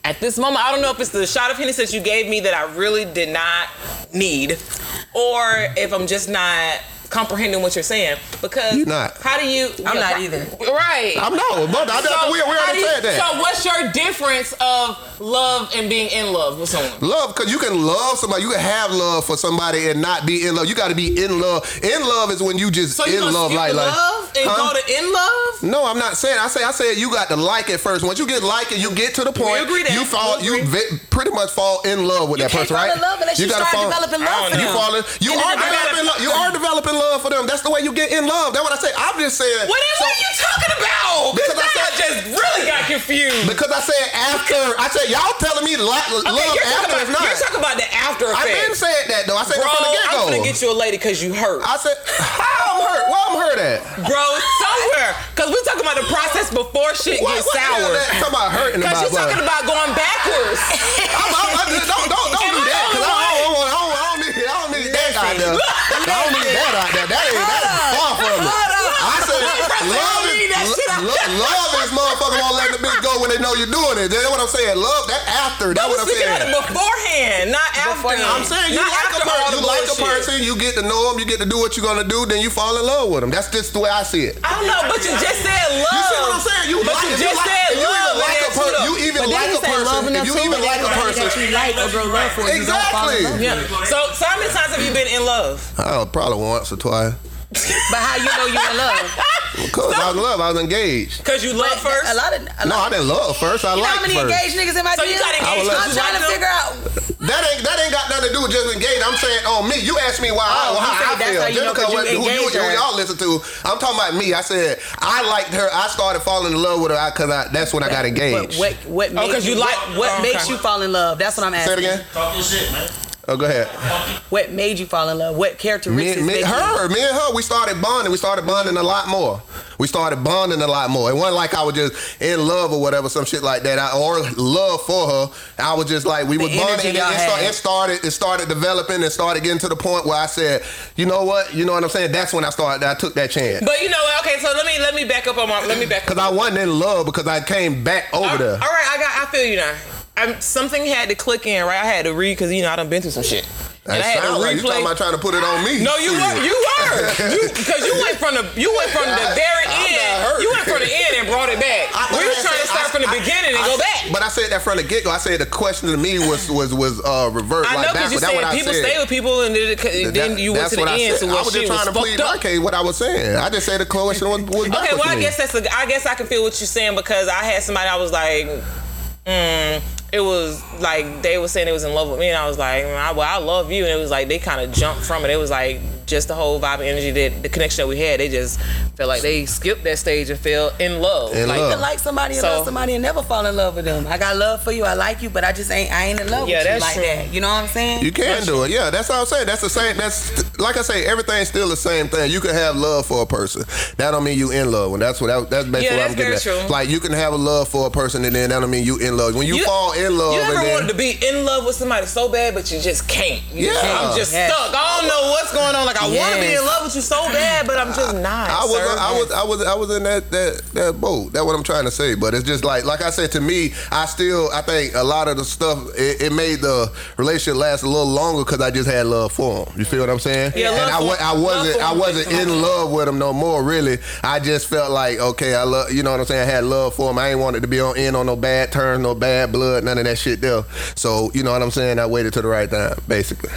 H: at this moment, I don't know if it's the shot of Hennessy that you gave me that I really did not need, or if I'm just not comprehending what you're saying. Because
I: You're not.
H: How do you?
J: I'm
H: Yeah,
J: not
H: right-
J: either.
H: Right.
I: I'm no, but I, I, we, we
H: how
I: already
H: do you-
I: said that.
H: So what's your difference of love and being in love with someone?
I: Love, because you can love somebody, you can have love for somebody and not be in love. You got to be in love. In love is when you just
H: So you
I: in
H: gonna
I: love,
H: skip
I: like like.
H: love and
I: Huh?
H: go to in love?
I: No, I'm not saying. I say I said you got to like it first. Once you get like it, you get to the point.
H: agree that.
I: You fall.
H: We
I: You ve- pretty much fall in love with
J: You
I: that
J: can't
I: person,
J: fall
I: right?
J: in love unless you
I: gotta
J: start developing love
I: I don't know.
J: for them.
I: You fall in- You
J: And
I: are
J: then develop-
I: developing. Love, you are developing love for them. That's the way you get in love. That's what I say. I'm just saying.
H: What,
I: so-
H: what are you talking about? Because
I: Because I
H: I,
I: said-
H: just really got confused.
I: Because I said after. I said y'all telling me like love
H: Okay, you're talking,
I: after
H: about,
I: is not.
H: you're talking about the after
I: I
H: effects.
I: didn't say that though. I said
H: Bro,
I: it from the get go.
H: I'm gonna get you a lady because you hurt.
I: I said, how I'm hurt? Why I'm hurt at?
H: Bro, somewhere. Because we're talking about the process before shit
I: Why-
H: gets
I: what the hell
H: sour.
I: that- Talking about hurting
H: Because
I: about
H: you're talking
I: what?
H: about going backwards.
I: I'm, I'm, I'm, don't don't
H: Am
I: don't do
H: I
I: that
H: the
I: because I
H: only
I: don't want I don't, I don't need I don't need that out there. I don't need that out there. That ain't that's far from it.
J: Hold up.
I: I said
H: Hold up.
I: love
H: Don't
I: is
H: leave that shit out
I: lo- lo- love is motherfucker won't let the bitch go when they know you're doing it. That's what I'm saying. Love that after. That's
H: But
I: what
H: we
I: I'm
H: speaking
I: saying.
H: about it beforehand, not after.
I: I'm saying you
H: Not
I: like a
H: after all
I: person.
H: the
I: You like a
H: bullshit.
I: person. You get to know them. You get to do what you're gonna do. Then you fall in love with them. That's just the way I see it.
H: I don't know, but you just said love.
I: You see what I'm saying? You
H: but
I: like-
H: you
I: if you
H: just
I: like-
H: said
I: if you even
H: love. in
I: like
H: there
I: a
H: too,
I: per-
H: though.
I: you even But then like you a said person, love enough if you too, even and like a everybody person- that you like or grow up with, you don't fall in love
H: Yeah.
I: with.
H: So, so how many times have you been in love?
I: Oh, probably once or twice.
H: But how you know you're in love?
I: Cause I was in love. I was engaged.
H: Cause you love first.
J: A lot of a
I: No, I
J: lot
I: didn't love first. I
J: You know
I: liked
J: how many
I: first.
J: engaged niggas in my
H: So you
J: DM?
H: got
I: I was engaged
J: I'm
I: because
J: trying
H: you
J: to
H: like
J: figure out.
I: That ain't that ain't got nothing to do with just engaged. I'm saying on me. You asked me why I,
J: Oh,
I: well,
J: you
I: how I
J: said that's
I: feel.
J: how you
I: just
J: know
I: because
J: 'cause you
I: what- who, you,
J: engaged
I: who
J: her.
I: y'all listen to. I'm talking about me. I said I liked her. I started falling in love with her because I, that's when I got
J: But
I: engaged.
J: what what
H: Oh, 'cause
J: makes
H: you
J: you
H: like-
J: like what
H: oh,
J: makes
H: okay.
J: you fall in love? That's what I'm
I: Say
J: asking.
I: it again.
K: Talk your shit, man.
I: Oh, go ahead.
J: What made you fall in love? What
I: Me,
J: characteristics?
I: me,
J: made you-
I: her, me and her, we started bonding. We started bonding a lot more. We started bonding a lot more. It wasn't like I was just in love or whatever, some shit like that, I, or love for her. I was just like we
J: The
I: were bonding,
J: energy
I: and it,
J: y'all
I: it sta-
J: had.
I: it started. It started developing and started getting to the point where I said, you know what, you know what I'm saying. That's when I started. I took that chance.
H: But you know what? Okay, so let me let me back up on my let me back up.
I: Cause I wasn't in love because I came back over
H: All-
I: there.
H: All right, I got. I feel you now. I'm, something had to click in, right? I had to read because you know I done been through some shit. And I
I: That
H: had to
I: sound like you
H: replay-
I: talking about trying to put it on me.
H: No, you were, you were, you because you went from the you went from the very
I: I'm not
H: end.
I: hurt.
H: You went from the end and brought it back.
I: I-
H: we were trying
I: like I
H: to
I: said,
H: start
I: I-
H: from the
I: I-
H: beginning and
I: I
H: go back.
I: said- But I said that from the get go. I said the question to me was was was uh reversed.
H: I know
I: like
H: because you said
I: backward. That's what I
H: people
I: said.
H: stay with people and then, it-
I: That-
H: then you went
I: that's
H: to the
I: what I
H: end. So
I: said.
H: what
I: I was
H: shit
I: just
H: was
I: trying to plead
H: fucked up.
I: my case. What I was saying. I just said the question was,
H: Okay,
I: was backwards
H: well, I
I: to me.
H: guess that's a. I guess I can feel what you're saying because I had somebody. I was like, mm, it was like they were saying they was in love with me, and I was like, mm, I, well, I love you, and it was like they kind of jumped from it. It was like just the whole vibe and energy that the connection that we had. They just felt like they skipped that stage and fell in love.
I: In
H: like,
J: You
I: love.
J: could like somebody and
H: So-
J: love somebody and never fall in love with them. I got love for you. I like you, but I just ain't. I ain't in love
H: Yeah,
J: with you
H: that's
J: like
H: true.
J: that. You know what I'm saying?
I: You can do it. Yeah, that's what I'm saying. That's the same. That's like I say, everything's still the same thing. You can have love for a person. That don't mean you in love. And that's what that, that's basically
H: Yeah,
I: what
H: that's
I: I'm getting
H: very
I: at.
H: true.
I: Like you can have a love for a person, and then that don't mean you in love. When you, fall in love,
H: You
I: and
H: ever
I: then,
H: wanted to be in love with somebody so bad, but you just can't. You just
I: Yeah.
H: can't. I'm just
J: Yes.
H: stuck. I don't know what's going on. Like I want to be
J: Yes.
H: in love with you so bad, but I'm just not.
I: I was,
H: sir.
I: I was, I was, I was in that that that boat. That's what I'm trying to say. But it's just like, like I said, to me, I still, I think a lot of the stuff it, it made the relationship last a little longer because I just had love for him. You feel what I'm saying?
H: Yeah,
I: And
H: love
I: I, wa-
H: for-
I: I wasn't,
H: love
I: I
H: for
I: wasn't
H: him.
I: in love with him no more. Really, I just felt like, okay, I love, you know what I'm saying? I had love for him. I ain't wanted to be on end on no bad terms, no bad blood, none of that shit there. So you know what I'm saying? I waited to the right time, basically.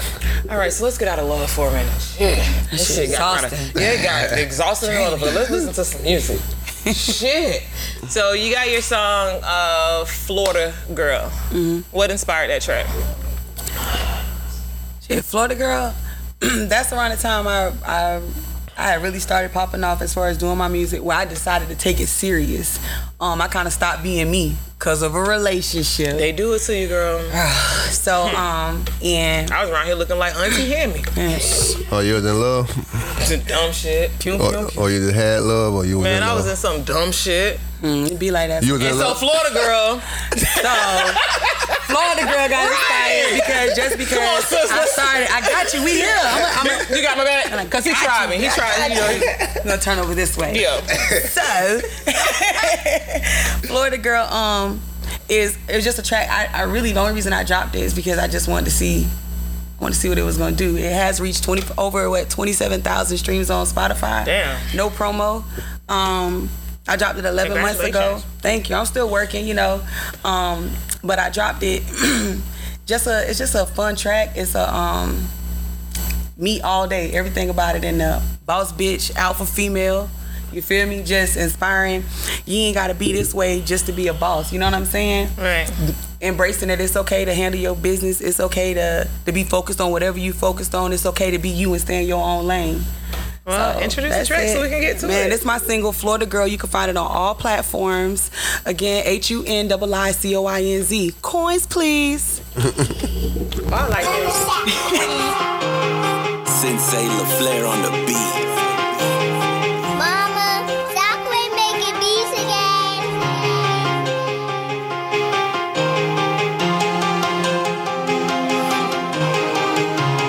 H: All right, so let's get out of love for a minute. Shit, this shit got kinda,
J: exhausting.
H: yeah, it got exhausting. as hell, But let's listen to some music. Shit. So you got your song, uh, "Florida Girl." What inspired that track?
J: Shit, Florida girl. that's around the time I I I had really started popping off as far as doing my music. Where I decided to take it serious. Um, I kind of stopped being me because of a relationship.
H: They do it to you, girl.
J: so um and.
H: I was around here looking like Auntie Hammy.
I: Oh, you was in love,
H: Some dumb shit.
I: or, or you just had love, or you was
H: Man,
I: in
H: I
I: love.
H: was in some dumb shit.
J: Mm, it be like that.
I: you was in
H: And so
I: love.
H: Florida Girl,
J: So Florida girl got
H: Right.
J: inspired because just because
H: sis,
J: I
H: let's-
J: started, I got you. We here. I'm, a, I'm,
H: you got my back because he tried me. He tried. You know,
J: a, I'm gonna turn over this way.
H: yeah.
J: So Florida girl, um, is it was just a track. I, I really the only reason I dropped it is because I just wanted to see. I wanted to see what it was gonna do. It has reached twenty over what twenty seven thousand streams on Spotify.
H: Damn.
J: No promo. Um, I dropped it eleven months ago.
H: Congratulations.
J: Thank you. I'm still working, you know. Um, but I dropped it. just a it's just a fun track. It's a um me all day. Everything about it in the boss bitch, alpha female. You feel me? Just inspiring. You ain't gotta be this way just to be a boss. You know what I'm saying?
H: Right.
J: Embracing that it's okay to handle your business. It's okay to to be focused on whatever you focused on. It's okay to be you and stay in your own lane.
H: Well, introduce the
J: Oh, That's
H: track so
J: it.
H: we can get to
J: Man,
H: it.
J: it's my single Florida Girl. You can find it on all platforms. Again, H U N double I C O I N Z. Coins, please.
H: Oh, I like it.
G: Sensei LaFleur on the beat.
L: Mama, stop quit making beats again.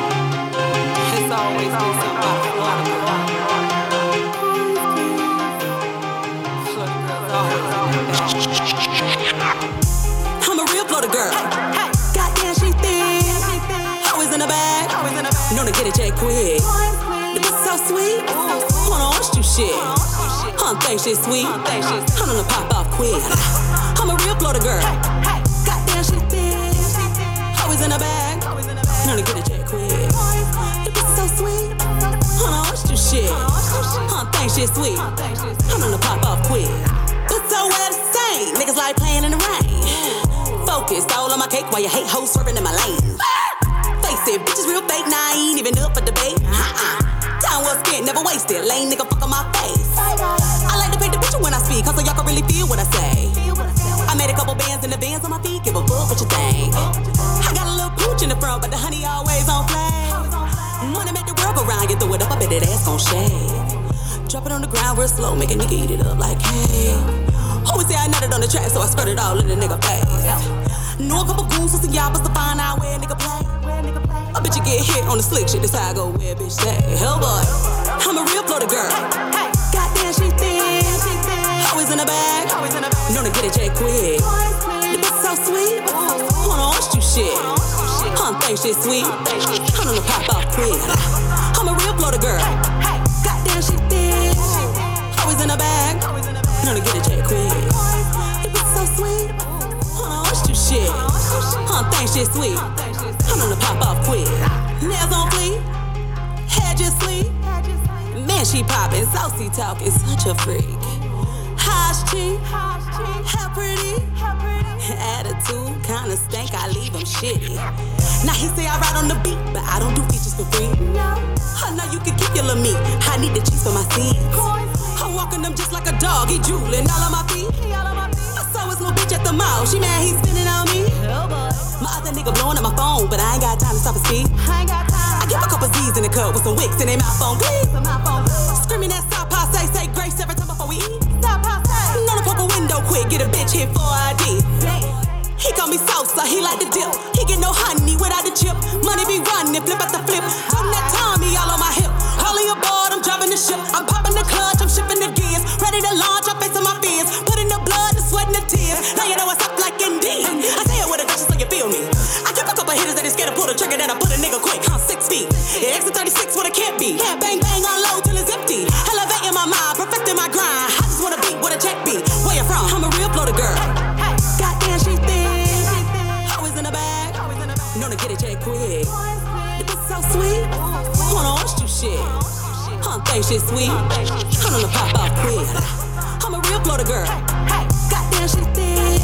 J: It's always been something about Florida girl. Florida girl's always been that. JJ Quig. The bitch so sweet. Wanna orange you shit. Hun think she sweet. I'm gonna pop off quick. I'm a real Florida girl. Goddamn, she thick. Always in a bag. Known to get a J Quig. The bitch so sweet. Wanna orange you shit. Hun think she sweet. I'm gonna pop off quick. But so insane. Niggas like playing in the rain. Focus all on my cake while you hate hoes swerving in my lane. Face it, bitches real fake, nah, I ain't even up for debate. Uh-uh. Time well spent, never wasted. Lame nigga, fuck on my face. I like to paint the picture when I speak, cause so y'all can really feel what I say. I made a couple bands in the bands on my feet, give a fuck what you think. I got a little pooch in the front, but the honey always on play. Wanna make the world go round, get throw it up, I bet that ass gon' shake. Drop it on the ground real slow, make a nigga eat it up like hey. Always say I nutted on the track, so I spread it all in the nigga face. Know a couple goons with some yappers to find out where a nigga play. I bet you get hit on the slick shit. This how I go where bitch that Hellboy. I'm a real Florida girl. Goddamn, she thin. Always in a bag. Known to get it, J quick. The bitch so sweet. Wanna orange you shit. Hun think she sweet. I'm gonna pop off quick. I'm a real Florida girl. Goddamn, she thin. Always in a bag. Known to get it, J quick. The bitch so sweet. Wanna orange you shit. Hun think she sweet. I'm gonna pop off quick. Nails on fleek, hair just sleep. Man, she poppin', saucy talk is such a freak. Hosh cheek, how pretty. Attitude kinda stank, I leave him shitty. Now he say I ride on the beat, but I don't do features for free. I know you can keep your little meat, I need the cheese for my seeds. I'm walking them just like a dog, he drooling all on my feet. Oh, I saw his little bitch at the mall, she mad he's spinning on me. My other nigga blowing up my phone, but I ain't got time to stop and speak. I ain't got time. I give a couple Z's in the cup with some wicks and they my phone, please. Screaming that stop, I say, say grace every time before we eat. Stop, I say. Know to poke a window quick, get a bitch hit for ID. He call me salsa, he like the dip. He get no honey without the chip. Money be running, flip at the flip. Tongue that Tommy all on my hip. Holly aboard, I'm driving the ship. I'm popping the clutch, I'm shipping the gears. Ready to launch, I'm facing my fears. Putting the blood, the sweat, and the tears. Now you know what's up like indeed. I say it with a gush, so you feel me. I keep a couple hitters that is scared to pull the trigger, then I put a nigga quick. I'm six feet. Yeah, exit 36 what it can't be. Yeah, bang, bang, on low till it's empty. Elevating my mind, perfecting my grind. I just wanna beat with a check beat. Where you from? I'm a real bloated girl. Goddamn, she thin. Always in a bag. Known to get it, check quick. The bitch so sweet. Wanna orange you shit. Huh, think she sweet. I'm gonna pop off quick. I'm a real bloated girl. Goddamn, she thin.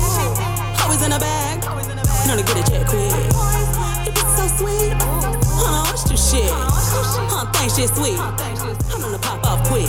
J: Always in a bag. Known to get it, check quick. The bitch so sweet. Wanna orange you shit. Huh, think she sweet. I'm gonna pop off quick.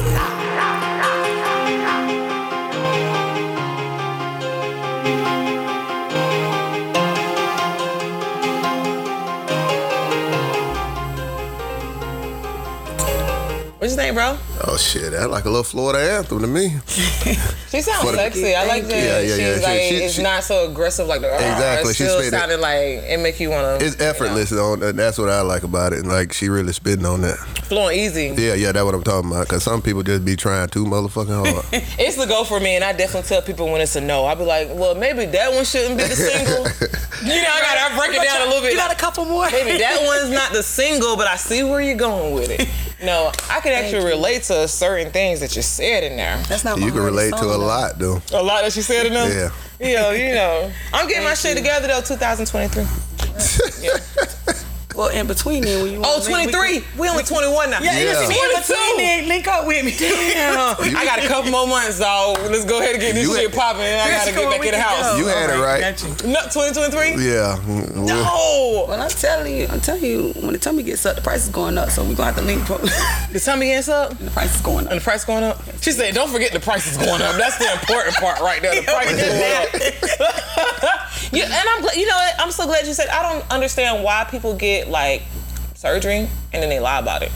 H: What's his name, bro?
I: Oh shit, that like a little Florida anthem to me.
H: She sounds
I: For the-
H: sexy. I like that.
I: Yeah, yeah, yeah.
H: She's
I: She-
H: like,
I: she-
H: it's
I: she-
H: not so aggressive like the. Exactly.
I: Exactly.
H: It's
I: She
H: still
I: spit it.
H: sounded like it make you wanna.
I: It's effortless, on, and that's what I like about it. And like she really spitting on that.
H: flowing easy.
I: Yeah, yeah, that's what I'm talking about. Cause some people just be trying too motherfucking hard.
H: It's the go for me, and I definitely tell people when it's a no. I be like, well, maybe that one shouldn't be the single. you know, I gotta break it
M: But
H: down a
M: you-
H: little bit.
M: you got a
H: couple more. maybe that one's not the single, but I see where you're going with it. No, I can actually relate to certain things that you said in there. That's not
I: you can relate to a lot though.
H: A lot that she said in there.
I: Yeah.
H: Yo, you know, I'm getting my shit together though. 2023.
M: Well, in between then, when you
H: Oh,
M: want to link,
H: 23. We only 21 now.
M: Yeah, yeah.
H: it's
M: yeah. in between then, link up with me.
H: Damn. I got a couple more months, though. Let's go ahead and get this
I: You-
H: shit popping. and I gotta
M: Jessica,
H: get back
M: we
H: in the
M: can
H: house.
I: You had it right.
H: No, Oh! 2023?
I: Yeah.
H: No.
M: Well, I'm telling you, I'm telling you, when the tummy gets up, the price is going up, so we're gonna have to link.
H: the tummy gets up.
M: the price is going up.
H: And the price going up. She said, "Don't forget the price is going up." That's the important part right there. The price is going up. yeah, and I'm gl- you know what? I'm so glad you said. I don't understand why people get like surgery and then they lie about it.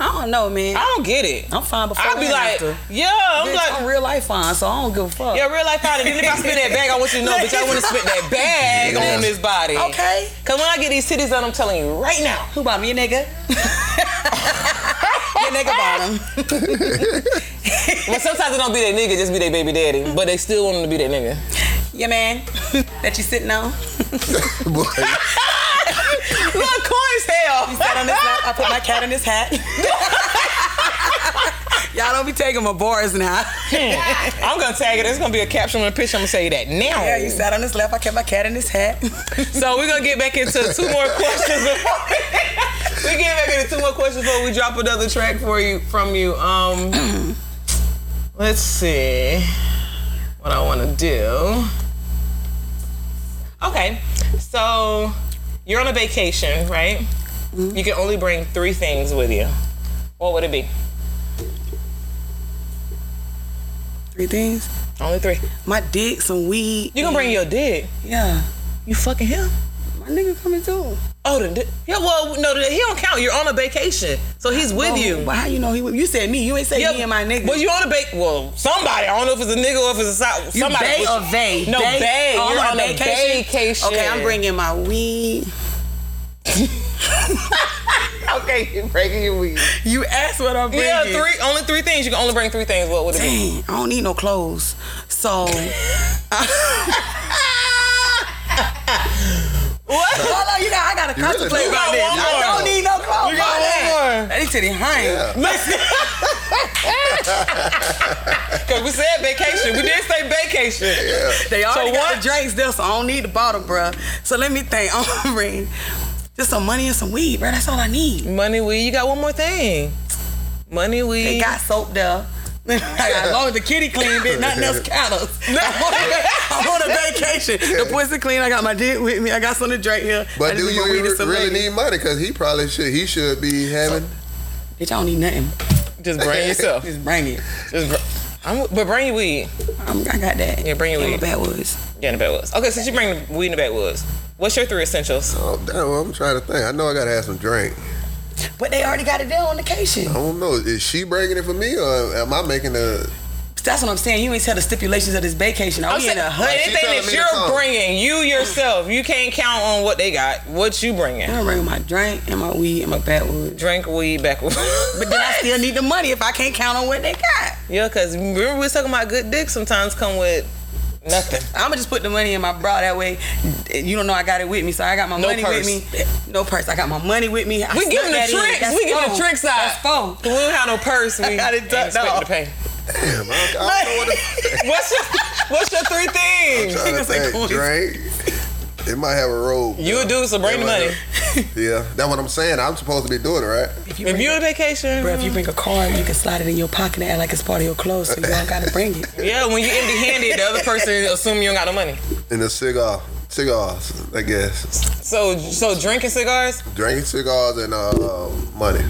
M: I don't know, man. I
H: don't get it.
M: I'm fine before.
H: I'll be
M: and
H: like,
M: after.
H: yeah, I'm
M: Bitch,
H: like-
M: I'm real life fine, so I don't give a fuck.
H: Yeah, real life fine. And then if I spit that bag, I want you to know, bitch, I want to spit that bag
M: Yeah.
H: on this body.
M: Okay.
H: Cause when I get these titties done, I'm telling you right now.
M: Who bought me a nigga? Your nigga bottom.
H: But sometimes it don't be their nigga, just be their baby daddy. But they still want them to be their nigga.
M: Your man that you sitting on.
I: Boy.
M: Look,
H: coin
J: hell. He sat on his lap. I put my cat in his hat. Y'all don't be taking my bars now.
H: I'm gonna tag it. It's gonna be a caption on the picture. I'm gonna tell you that now.
J: Yeah, you sat on his lap. I kept my cat in his hat.
H: so we're gonna get back into two more questions. before- we get back into two more questions before we drop another track for you from you. Um, let's see what I want to do. Okay, so you're on a vacation, right?
J: Mm-hmm.
H: You can only bring three things with you. What would it be?
J: Three things.
H: Only three.
J: My dick, some weed.
H: You gonna bring your dick?
J: Yeah.
H: You fucking him?
J: My nigga coming too.
H: Oh, the, di- yeah. Well, no, the, he don't count. You're on a vacation, so he's with
J: Oh,
H: you.
J: well, how you know he? with- You said me. You ain't say me and my nigga.
H: Well, you on a bake? Well, somebody. I don't know if it's a nigga or if it's a side.
J: You
H: somebody
J: bae
H: with
J: or
H: you.
J: they?
H: No,
J: They?
H: bae.
J: Oh,
H: You're
J: I'm
H: on a vacation.
J: Okay, I'm bringing my weed.
H: okay, you're breaking your weed.
J: You asked what I'm
H: Yeah,
J: bringing.
H: three. Only three things. You can only bring three things. What would it be?
J: Dang, I don't need no clothes. So. What? Hold on, you got, I gotta
H: You really
J: contemplate
H: do.
J: about
H: You got
J: this.
H: one
J: I
H: more.
J: don't need no clothes.
H: You got
J: Why
H: one
J: that?
H: more.
J: That ain't to the hind.
H: Cause we said vacation. We did say vacation.
J: They already
H: So
J: got
H: what?
J: the drinks there, so I don't need the bottle, bruh. So let me think. I'm gonna bring just some money and some weed, bruh. That's all I need.
H: Money, weed. You got one more thing. Money, weed.
J: They got soap there. as long as the kitty clean, bitch, nothing else counts. I'm on a- I'm on a vacation. The pussy clean. I got my dick with me. I got some to drink here. I
I: But
J: just
I: do
J: put
I: you
J: my weed and
I: re-
J: some
I: really
J: lady.
I: need money? Because he probably should. He should be having.
J: Bitch, I don't need nothing.
H: Just bring yourself.
J: Just bring it.
H: Just br- I'm, but bring your weed.
J: I'm, I got that.
H: Yeah, bring your
J: In
H: weed.
J: the backwoods.
H: Yeah, in the backwoods. Okay, since you bring the weed in the backwoods, what's your three essentials?
I: Oh, damn, I'm trying to think. I know I gotta have some drink.
J: But they already got it there on the
I: I
J: vacation.
I: don't know. Is she bringing it for me, or am I making a?
J: That's what I'm saying. You ain't tell the stipulations of this vacation. Are
H: I'm
J: we
H: saying
J: in a hut?
H: anything that you're bringing, you yourself, you can't count on what they got. What you bringing?
J: I'm bringing my drink and my weed and my backwood.
H: Drink weed backwards.
J: But then I still need the money if I can't count on what they got.
H: yeah, cause remember we was talking about good dick sometimes come with nothing.
J: I'ma just put the money in my bra that way. You don't know I got it with me, so I got my
H: No
J: money
H: purse.
J: with me. No purse. I got my money with me. I
H: We
J: snuck
H: giving the
J: that in.
H: tricks.
J: That's
H: We giving
J: phone.
H: the tricks out.
J: That's phone.
H: We don't have no purse. We
J: I got it
H: ain't
J: ducked
H: expecting
J: off.
H: to pay.
I: Damn, I, I don't know what to
H: What's your What's your three things?
I: Trying to think, drink. It might have a robe.
H: You a dude, so bring the money.
I: Yeah, that's what I'm saying. I'm supposed to be doing it, right?
H: If you on vacation,
J: Bro, if you bring a card, you can slide it in your pocket and act like it's part of your clothes, so you don't gotta bring it.
H: yeah, when you empty handed, the other person assume you don't got no money.
I: And a cigar, cigars, I guess.
H: So so drinking cigars.
I: Drinking cigars and uh, money.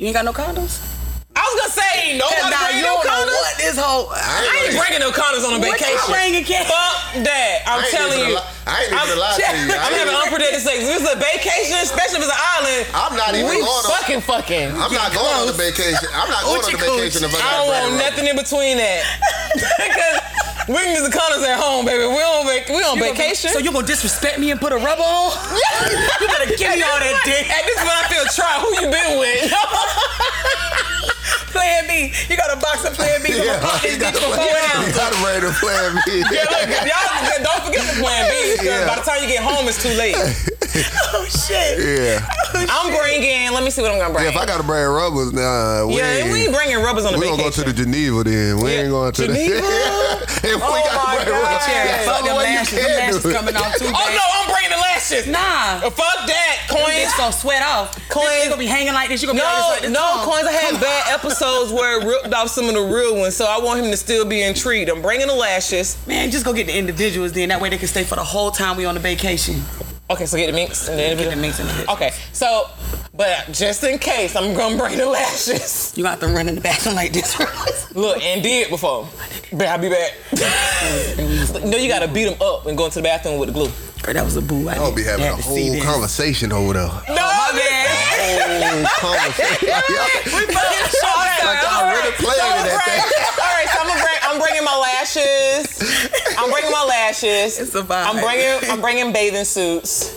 J: You ain't got no condoms?
H: I was gonna say
J: Cause
H: nobody
J: now
H: bringing
J: you
H: no
J: don't know
H: condoms.
J: what this whole.
H: I ain't bringing no condoms on a
J: What
H: vacation.
J: y'all bringing, Ken?
H: Fuck that. I'm
I: I ain't
H: telling
I: even
H: you.
I: li- I ain't even
H: I'm-
I: lie to you. I
H: I'm
I: ain't
H: having
I: even-
H: unprotected sex. If it's a vacation, especially if it's an island,
I: I'm not even
H: we
I: going on-
H: fucking fucking.
I: I'm not going on the vacation. I'm not going on the vacation if I
H: I
I: got
H: don't
I: a
H: want
I: brand
H: nothing in between that. Because we can use the condoms at home, baby. We on vac- we on
J: You gonna-
H: vacation.
J: so you gonna disrespect me and put a rubber on? you better give me all that dick.
H: At this point, I feel tried. Who you been with?
J: Plan B. You got a box of Plan B. You gonna pop this bitch for four
I: You
J: hours.
I: got a brand of plan B.
H: yeah, look, if y'all don't forget the plan B. 'cause
I: Yeah.
H: By the time you get home, it's too late.
J: Oh shit.
I: Yeah.
H: I'm bringing. Let me see what I'm gonna bring.
I: Yeah, if I got to bring rubbers, nah. We
H: Yeah, and we ain't bringing rubbers on a
I: We gonna go
H: vacation.
I: to the Geneva then. We ain't going to
H: Geneva?
I: the. if we
J: Oh
I: got
J: my
I: to bring rubbers,
J: God.
I: that's
J: Fuck
I: the
J: them
I: way you
J: lashes. Them
I: can do
J: lashes
I: it.
J: coming off too
H: Oh
J: bad.
H: no, I'm bringing the lashes.
J: Nah.
H: Uh, Fuck that,
J: This
H: coins.
J: bitch gonna sweat off.
H: Coins.
J: Coins gonna be hanging like this. You gonna be
H: No,
J: like this. Like this
H: no,
J: long.
H: coins. I had bad episodes where it ripped off some of the real ones, so I want him to still be intrigued. I'm bringing the lashes.
J: Man, just go get the individuals then. That way they can stay for the whole time we on the vacation.
H: Okay, so get the minks and the
J: Get
H: individual.
J: the mix in the bitch.
H: Okay, so, but just in case, I'm gonna bring the lashes.
J: You got to run in the bathroom like this.
H: Look, and did before, but I'll be back. no, you gotta beat him up and go into the bathroom with the glue.
J: Girl, that was a boo. I
I: I'll be
J: didn't
I: having a
J: have to see
I: whole
J: this.
I: conversation over there.
H: No,
J: Oh, my bad.
I: Whole conversation. I really played it at that.
H: All right, so I'm, gonna bring, I'm bringing my lashes. I'm bringing my lashes.
J: It's a vibe.
H: I'm bringing I'm bringing bathing suits,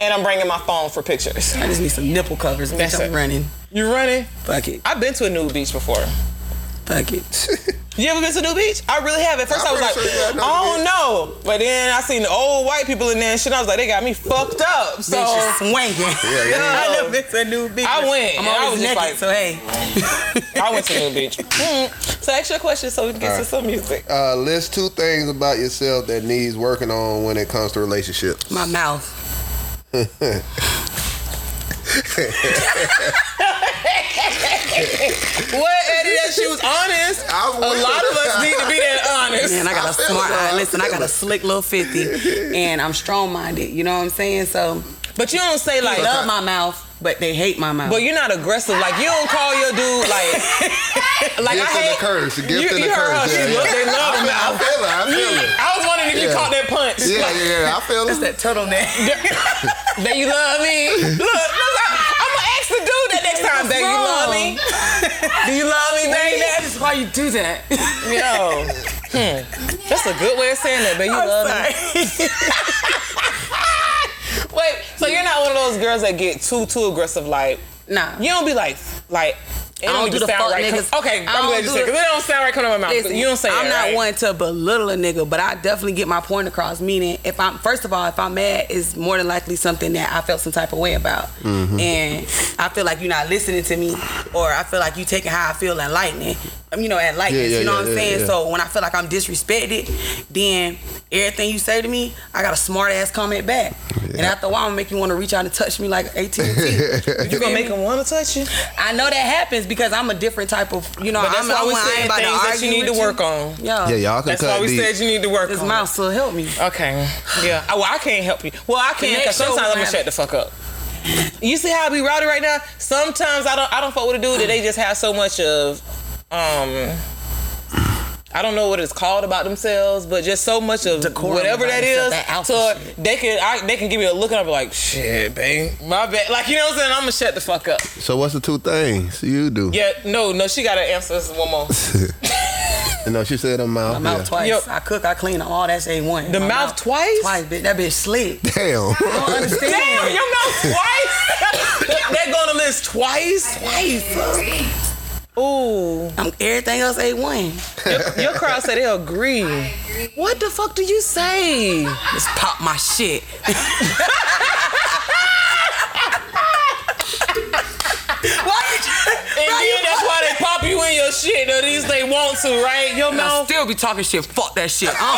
H: and I'm bringing my phone for pictures.
J: I just need some nipple covers.
H: That's
J: Bitch,
H: it.
J: I'm running.
H: You running?
J: Fuck it.
H: I've been to a nude beach before.
J: Fuck it.
H: You ever been to New Beach? I really have. At first, I was like, I don't know. But then I seen the old white people in there and shit. I was like, they got me fucked up. So
J: Bitch is swinging.
H: Yeah, yeah.
J: I never been to a new beach.
H: I went.
J: I'm
H: and I
J: always
H: was just like-
J: naked, so hey.
H: I went to New Beach. Hmm. So ask your question so we can get
I: All
H: to
I: right.
H: some music.
I: Uh, list two things about yourself that needs working on when it comes to relationships.
J: My mouth.
H: what, Eddie? That she was honest.
I: A
H: lot of us need to be that honest.
J: Man, I got a smart eye. Listen, I got a slick little 50 and I'm strong minded. You know what I'm saying? So
H: But you don't say like
J: they love my mouth, but they hate my mouth.
H: But you're not aggressive. Like you don't call your dude like like I
I: Gift and
H: hate,
I: a curse. Gift
H: you,
I: and a
H: you heard
I: curse,
H: Her. She
I: yeah.
H: look- they love
I: I
H: the
I: feel- I
H: mouth.
I: feel it, I feel it.
H: I was wondering if you
I: Yeah.
H: caught that punch.
I: Yeah, yeah, I feel it.
H: That's that turtleneck. that you love me. Look, look I'm gonna ask the dude that next time. That you love me. Do you love me, baby? That is why you do that. Yo. Hmm. That's a good way of saying that, baby. You love me. Wait, so you're not one of those girls that get too too aggressive, like
J: Nah.
H: You don't be like like it
J: I don't
H: even
J: do the
H: sound
J: fuck
H: right. come-
J: niggas.
H: Okay,
J: I
H: I'm glad
J: don't
H: you
J: do
H: said
J: the-
H: because it don't sound right coming out of my mouth.
J: Listen,
H: you don't say
J: I'm
H: that,
J: not
H: right?
J: one to belittle a nigga, but I definitely get my point across. Meaning, if I'm first of all, if I'm mad, it's more than likely something that I felt some type of way about,
N: Mhm.
J: and I feel like you're not listening to me, or I feel like you taking how I feel and lightning, um, you know, at lightness.
N: yeah,
J: you know
N: yeah,
J: what I'm
N: yeah,
J: saying?
N: yeah.
J: So oh, when I feel like I'm disrespected, then everything you say to me, I got a smart ass comment back, and after a while, I'm gonna make you want to reach out and touch me like AT&T.
H: You gonna make them want to touch you?
J: I know that happens because I'm a different type of, you know,
H: But that's
J: I'm
H: why
J: I
H: we
J: want- I
H: said
J: ain't about to
H: things that you
J: argue
H: need to
J: with you.
H: work on.
J: Yeah,
I: Yeah, y'all can
H: That's
I: cut
H: why we
I: deep.
H: said you need to work
J: This
H: on
J: mouth still help me.
H: Okay. Yeah. Oh, well, I can't help you. Well, I can
J: The
H: because
J: next show
H: sometimes I'm
J: we'll
H: gonna
J: have
H: shut
J: it.
H: the fuck up. You see how I be routed right now? Sometimes I don't I don't fuck with a dude that they just have so much of um I don't know what it's called about themselves, but just so much of whatever
J: about
H: that
J: yourself,
H: is,
J: that alpha
H: so they can I, they can give me a look and I'll be like, shit, babe, my bad. Like you know what I'm saying? I'm gonna shut the fuck up.
I: So what's the two things you do?
H: Yeah, no, no, she gotta answer this one more.
I: You know, she said her mouth.
J: My mouth
I: yeah.
J: twice. I cook, I clean, all that's a one.
H: The
J: My
H: mouth twice?
J: Twice, bitch. That bitch slick.
I: Damn.
J: I don't understand.
H: Damn, your mouth twice. They're gonna list twice.
J: Twice.
H: Ooh.
J: I'm everything else a one.
H: Your, your crowd said they agree. What the fuck do you say?
J: Just pop my shit. Why did you?
H: And then that's why they pop you in your shit. Though these they want to, right? Your
J: And I
H: mouth.
J: still be talking shit. Fuck that shit. I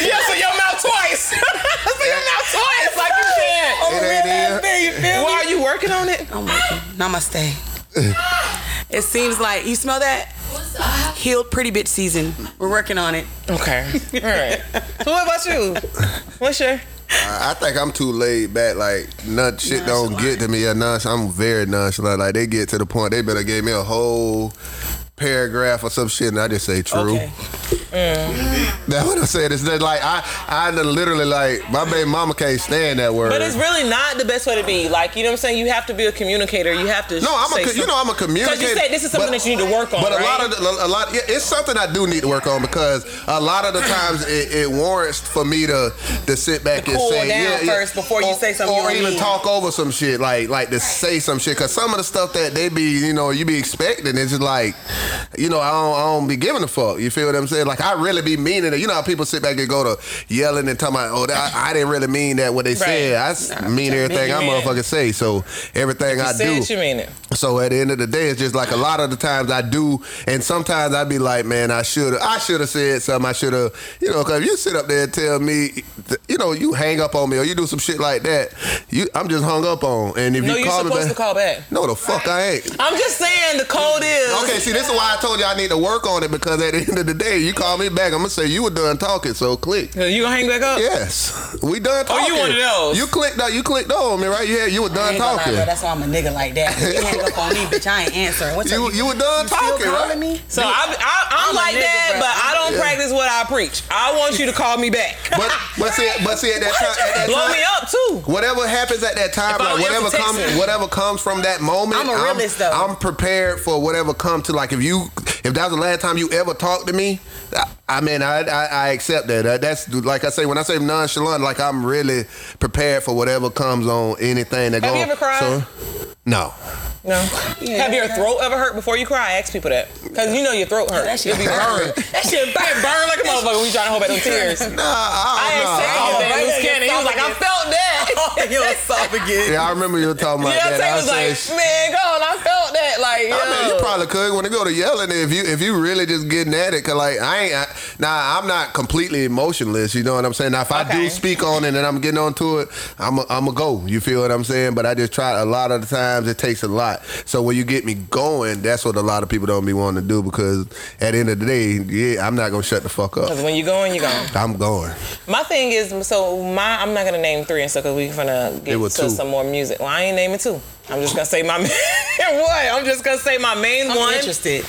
H: Yeah, so your mouth twice. so your mouth twice, like you said.
I: It ain't in.
H: Why are you working on it?
J: don't- I'm working. Namaste. it seems like you smell that. Healed pretty bitch season. We're working on it.
H: Okay. All right. So what about you? What's your?
I: I I think I'm too laid back. Like, none shit don't get to me. Yeah, nonch- I'm very nonchalant. Like, they get to the point. They better give me a whole paragraph or some shit, and I just say true. That's what I said. It's just like I, I done literally like my baby mama can't stand that word.
H: But it's really not the best way to be. Like you know what I'm saying. You have to be a communicator. You have to.
I: No, I'm
H: say
I: a, co- you
H: something.
I: know I'm a communicator.
H: Because you said this is something
I: but-
H: that you need to work on.
I: But
H: right?
I: a lot of the, a lot, yeah, it's something I do need to work on because a lot of the times it, it warrants for me to to sit back and
H: cool
I: say,
H: down
I: yeah, yeah,
H: first before you
I: or-
H: say something you
I: or
H: don't
I: even
H: mean.
I: talk over some shit, like like to say some shit. Because some of the stuff that they be, you know, you be expecting, it's just like, you know, I don't, I don't be giving a fuck. You feel what I'm saying? Like I really be meaning it. You know how people sit back and go to yelling and talking about, oh, that, I didn't really mean that what they said. I s- mean everything I
H: mean it.
I: motherfucking say. So everything
H: You
I: I
H: said
I: do.
H: it, you mean it.
I: So at the end of the day, it's just like a lot of the times I do, and sometimes i be like, man, I should have, I should have said something. I should have, you know, because you sit up there and tell me, th- you know, you hang up on me or you do some shit like that, you, I'm just hung up on. And if
H: No,
I: you
H: you're
I: call me
H: supposed
I: back,
H: to call back.
I: no, the fuck I ain't.
H: I'm just saying the code is.
I: Okay, see, this is why I told you I need to work on it because at the end of the day, you call me back, I'm gonna say you were done talking, so click.
H: You gonna hang back up?
I: Yes, we done
H: Oh,
I: talking.
H: you one of those.
I: You clicked on, you clicked on me, right? Yeah, you were
J: I
I: done
J: ain't gonna lie,
I: talking.
J: bro, that's why I'm a nigga like that. You hang up on me, bitch. I ain't answering. What's
I: you,
J: up?
I: you were done talking,
J: calling
I: right?
J: me?
H: So I, I, I'm,
J: I'm a
H: like
J: nigga,
H: that,
J: bruh.
H: but I don't
I: Yeah.
H: practice what I preach. I want you to call me back.
I: But but see but see at that time, at that
H: Blow
I: time
H: me up too.
I: whatever happens at that time,
H: If I
I: like
H: don't
I: whatever
H: answer
I: comes
H: text.
I: whatever comes from that moment,
J: I'm a realist, though.
I: I'm prepared for whatever comes to like if you if that was the last time you ever talked to me, I, I mean I, I I accept that. That- That's like I say when I say nonchalant, like I'm really prepared for whatever comes on anything that
H: Have
I: goes.
H: you ever cried?
I: So, no.
H: No. Have your throat ever hurt before you cry? I ask people that because you know your throat hurt. You'll be burned. that shit burn burn like a motherfucker. We trying to hold back those tears.
I: Nah, I
H: asked Taylor that. He was kidding. He was like, I felt that.
J: Your esophagus.
I: Yeah, I remember you were talking about
H: Yeah,
I: that. I
H: Taylor's
I: said,
H: like, man, go on. I felt that. Like, yo.
I: I mean, you probably could when it go to yelling if you if you really just getting at it. Cause like I ain't I, now I'm not completely emotionless. You know what I'm saying? Now if I do speak on it and I'm getting onto it, I'm a, I'm a go. You feel what I'm saying? But I just try a lot of the times it takes a lot. So when you get me going, that's what a lot of people don't be wanting to do because at the end of the day, yeah, I'm not gonna shut the fuck up.
H: 'Cause when you going, you going.
I: I'm going.
H: My thing is, so my I'm not gonna name three and stuff because we're gonna get
I: It
H: to
I: was two.
H: some more music. Well, I ain't naming two. I'm just gonna say my main what? I'm just gonna say my main
J: I'm
H: one.
J: interested.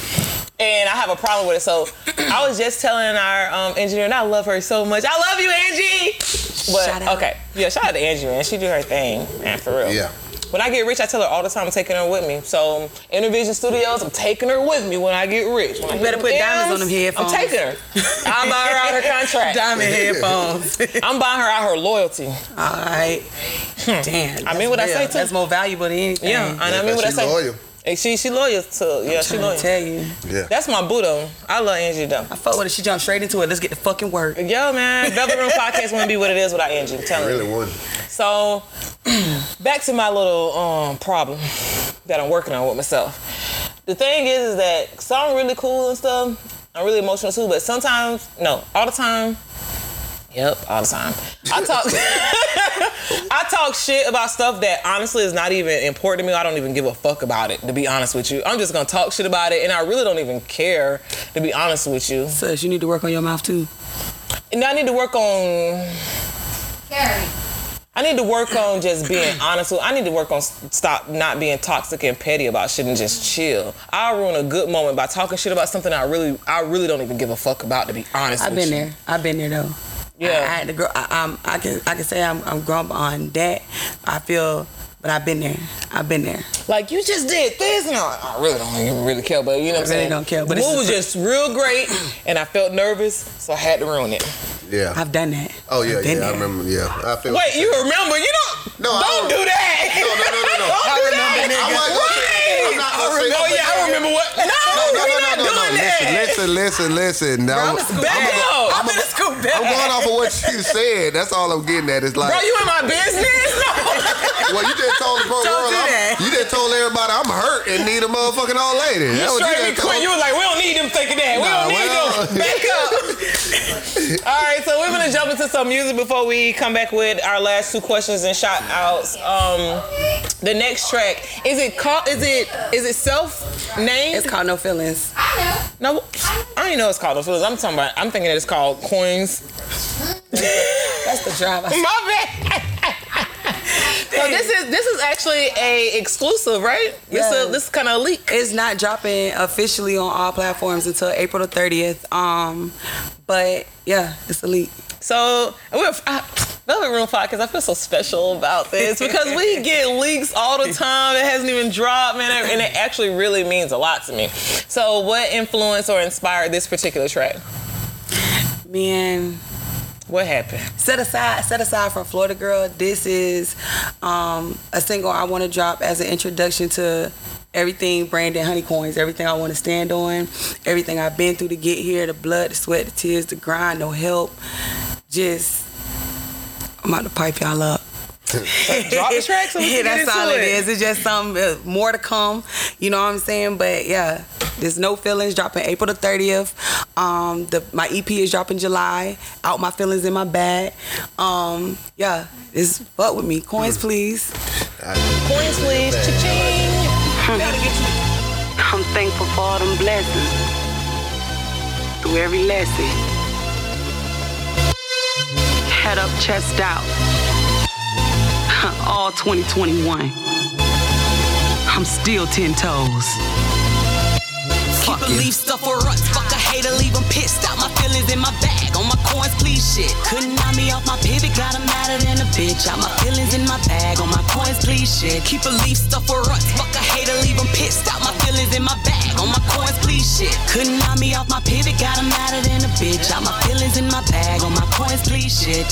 H: And I have a problem with it. So I was just telling our um, engineer, and I love her so much. I love you, Angie. But
J: Shout out.
H: okay, yeah, shout out to Angie, man. She do her thing, man, for real.
I: Yeah.
H: When I get rich, I tell her all the time I'm taking her with me. So Intervision Studios, I'm taking her with me when I get rich. When I
J: You better
H: hit
J: put diamonds on them headphones.
H: I'm taking her. I'm buying her out her contract.
J: Diamond headphones.
H: I'm buying her out her loyalty.
J: All right. Damn.
H: Hmm. I mean what I say too.
J: That's more valuable than anything.
H: Yeah, and I mean what I say. And she she loyal to yeah
J: I'm
H: she
J: tryna
H: loyal.
J: tell you.
I: Yeah.
H: That's my boo though. I love Angie though.
J: I fuck with it. She jumped straight into it. Let's get the fucking work.
H: Yo man, Velvet Room podcast wouldn't be what it is without Angie. I'm telling you.
I: wouldn't.
H: So back to my little um problem that I'm working on with myself. The thing is is that so I'm really cool and stuff. I'm really emotional too, but sometimes no, all the time. Yep, all the time. I talk I talk shit about stuff that honestly is not even important to me. I don't even give a fuck about it, to be honest with you. I'm just gonna talk shit about it and I really don't even care, to be honest with you.
J: Sus, you need to work on your mouth too.
H: And I need to work on I need to work on just being honest. With, I need to work on s- stop not being toxic and petty about shit and just chill. I'll ruin a good moment by talking shit about something I really, I really don't even give a fuck about. To be honest,
J: I've
H: with
J: been
H: you.
J: there. I've been there though.
H: Yeah.
J: I, I had to grow. I, um, I can I can say I'm I'm grown on that. I feel, but I've been there. I've been there.
H: Like you just did this, and I, I really don't even really care. But you know what I'm
J: I really
H: saying?
J: don't care, but
H: the
J: it's
H: mood was
J: just-
H: just real great, and I felt nervous, so I had to ruin it.
I: Yeah.
J: I've done that.
I: Oh yeah,
J: I've been
I: yeah. I
J: there.
I: remember. Yeah. I feel
H: Wait, you remember? You don't?
I: No, I
H: don't, do that.
I: No, no, no, no, no.
H: don't
I: I
H: do
I: remember,
H: that.
I: nigga. I'm not gonna say- I'm not gonna
H: Wait.
I: say-
H: Oh yeah, I remember what. No, we're not doing that.
I: Listen, listen, listen. Now,
H: I'ma scoop back up. I'm gonna scoop back.
I: I'm going off of what you said. That's all I'm getting at. It's like,
H: Bro, you in my business? No.
I: well, you just told the whole
H: Don't
I: world.
H: do
I: I'm-
H: that.
I: You just told everybody I'm hurt and need a motherfucking all lady.
H: You
I: That's what
H: straight me
I: you just told.
H: quick. You was like, we don't need them thinking that. We
I: Nah,
H: don't need
I: well-
H: them. Back up. All right, so we're gonna jump into some music before we come back with our last two questions and shout outs. Um, the next track is it called? Is it is it self named?
J: It's called no feelings.
H: No, I don't even know it's called. No Feelings. I'm talking about. I'm thinking it's called Coins.
J: That's the drive. I-
H: My bad. so this is this is actually a exclusive, right? This a,
J: Yes.
H: this is kind of a leak.
J: It's not dropping officially on all platforms until April the 30th. Um, but yeah, it's elite.
H: So we're I, Velvet Room Podcast. I feel so special about this because we get leaks all the time. It hasn't even dropped, man, and it actually really means a lot to me. So, what influenced or inspired this particular track?
J: Man,
H: What happened?
J: set aside set aside from Florida Girl. This is um, a single I want to drop as an introduction to everything Brandon Honeycoins, everything I want to stand on, everything I've been through to get here, the blood, the sweat, the tears, the grind, no help. Just I'm about to pipe y'all up.
H: Drop the track so we can get
J: yeah, that's
H: into
J: all it
H: it.
J: is. It's just some uh, more to come. You know what I'm saying? But yeah, there's no feelings dropping April the 30th. Um, the my EP is dropping July. Out my feelings in my bag. Um, yeah, it's fuck with me. Coins, please.
H: Coins, please. Cha-ching. Gotta get you-
J: I'm thankful for all them blessings. Through every lesson. Head up, chest out. all 2021. I'm still 10 toes.
N: Keep a leaf stuff for us. Fuck a hater, leave 'em pissed. Out my feelings in my bag. On my coins, please shit. Couldn't knock me off my pivot, got 'em madder than a bitch. Out my feelings in my bag. On my coins, please shit. Keep a leaf stuff for us. Fuck a
J: hater, leave him pissed. Stop my feelings in my bag. On my coins, please shit. Couldn't knock me off my pivot, got him madder than a bitch. Got my feelings in my bag. On my coins, please shit.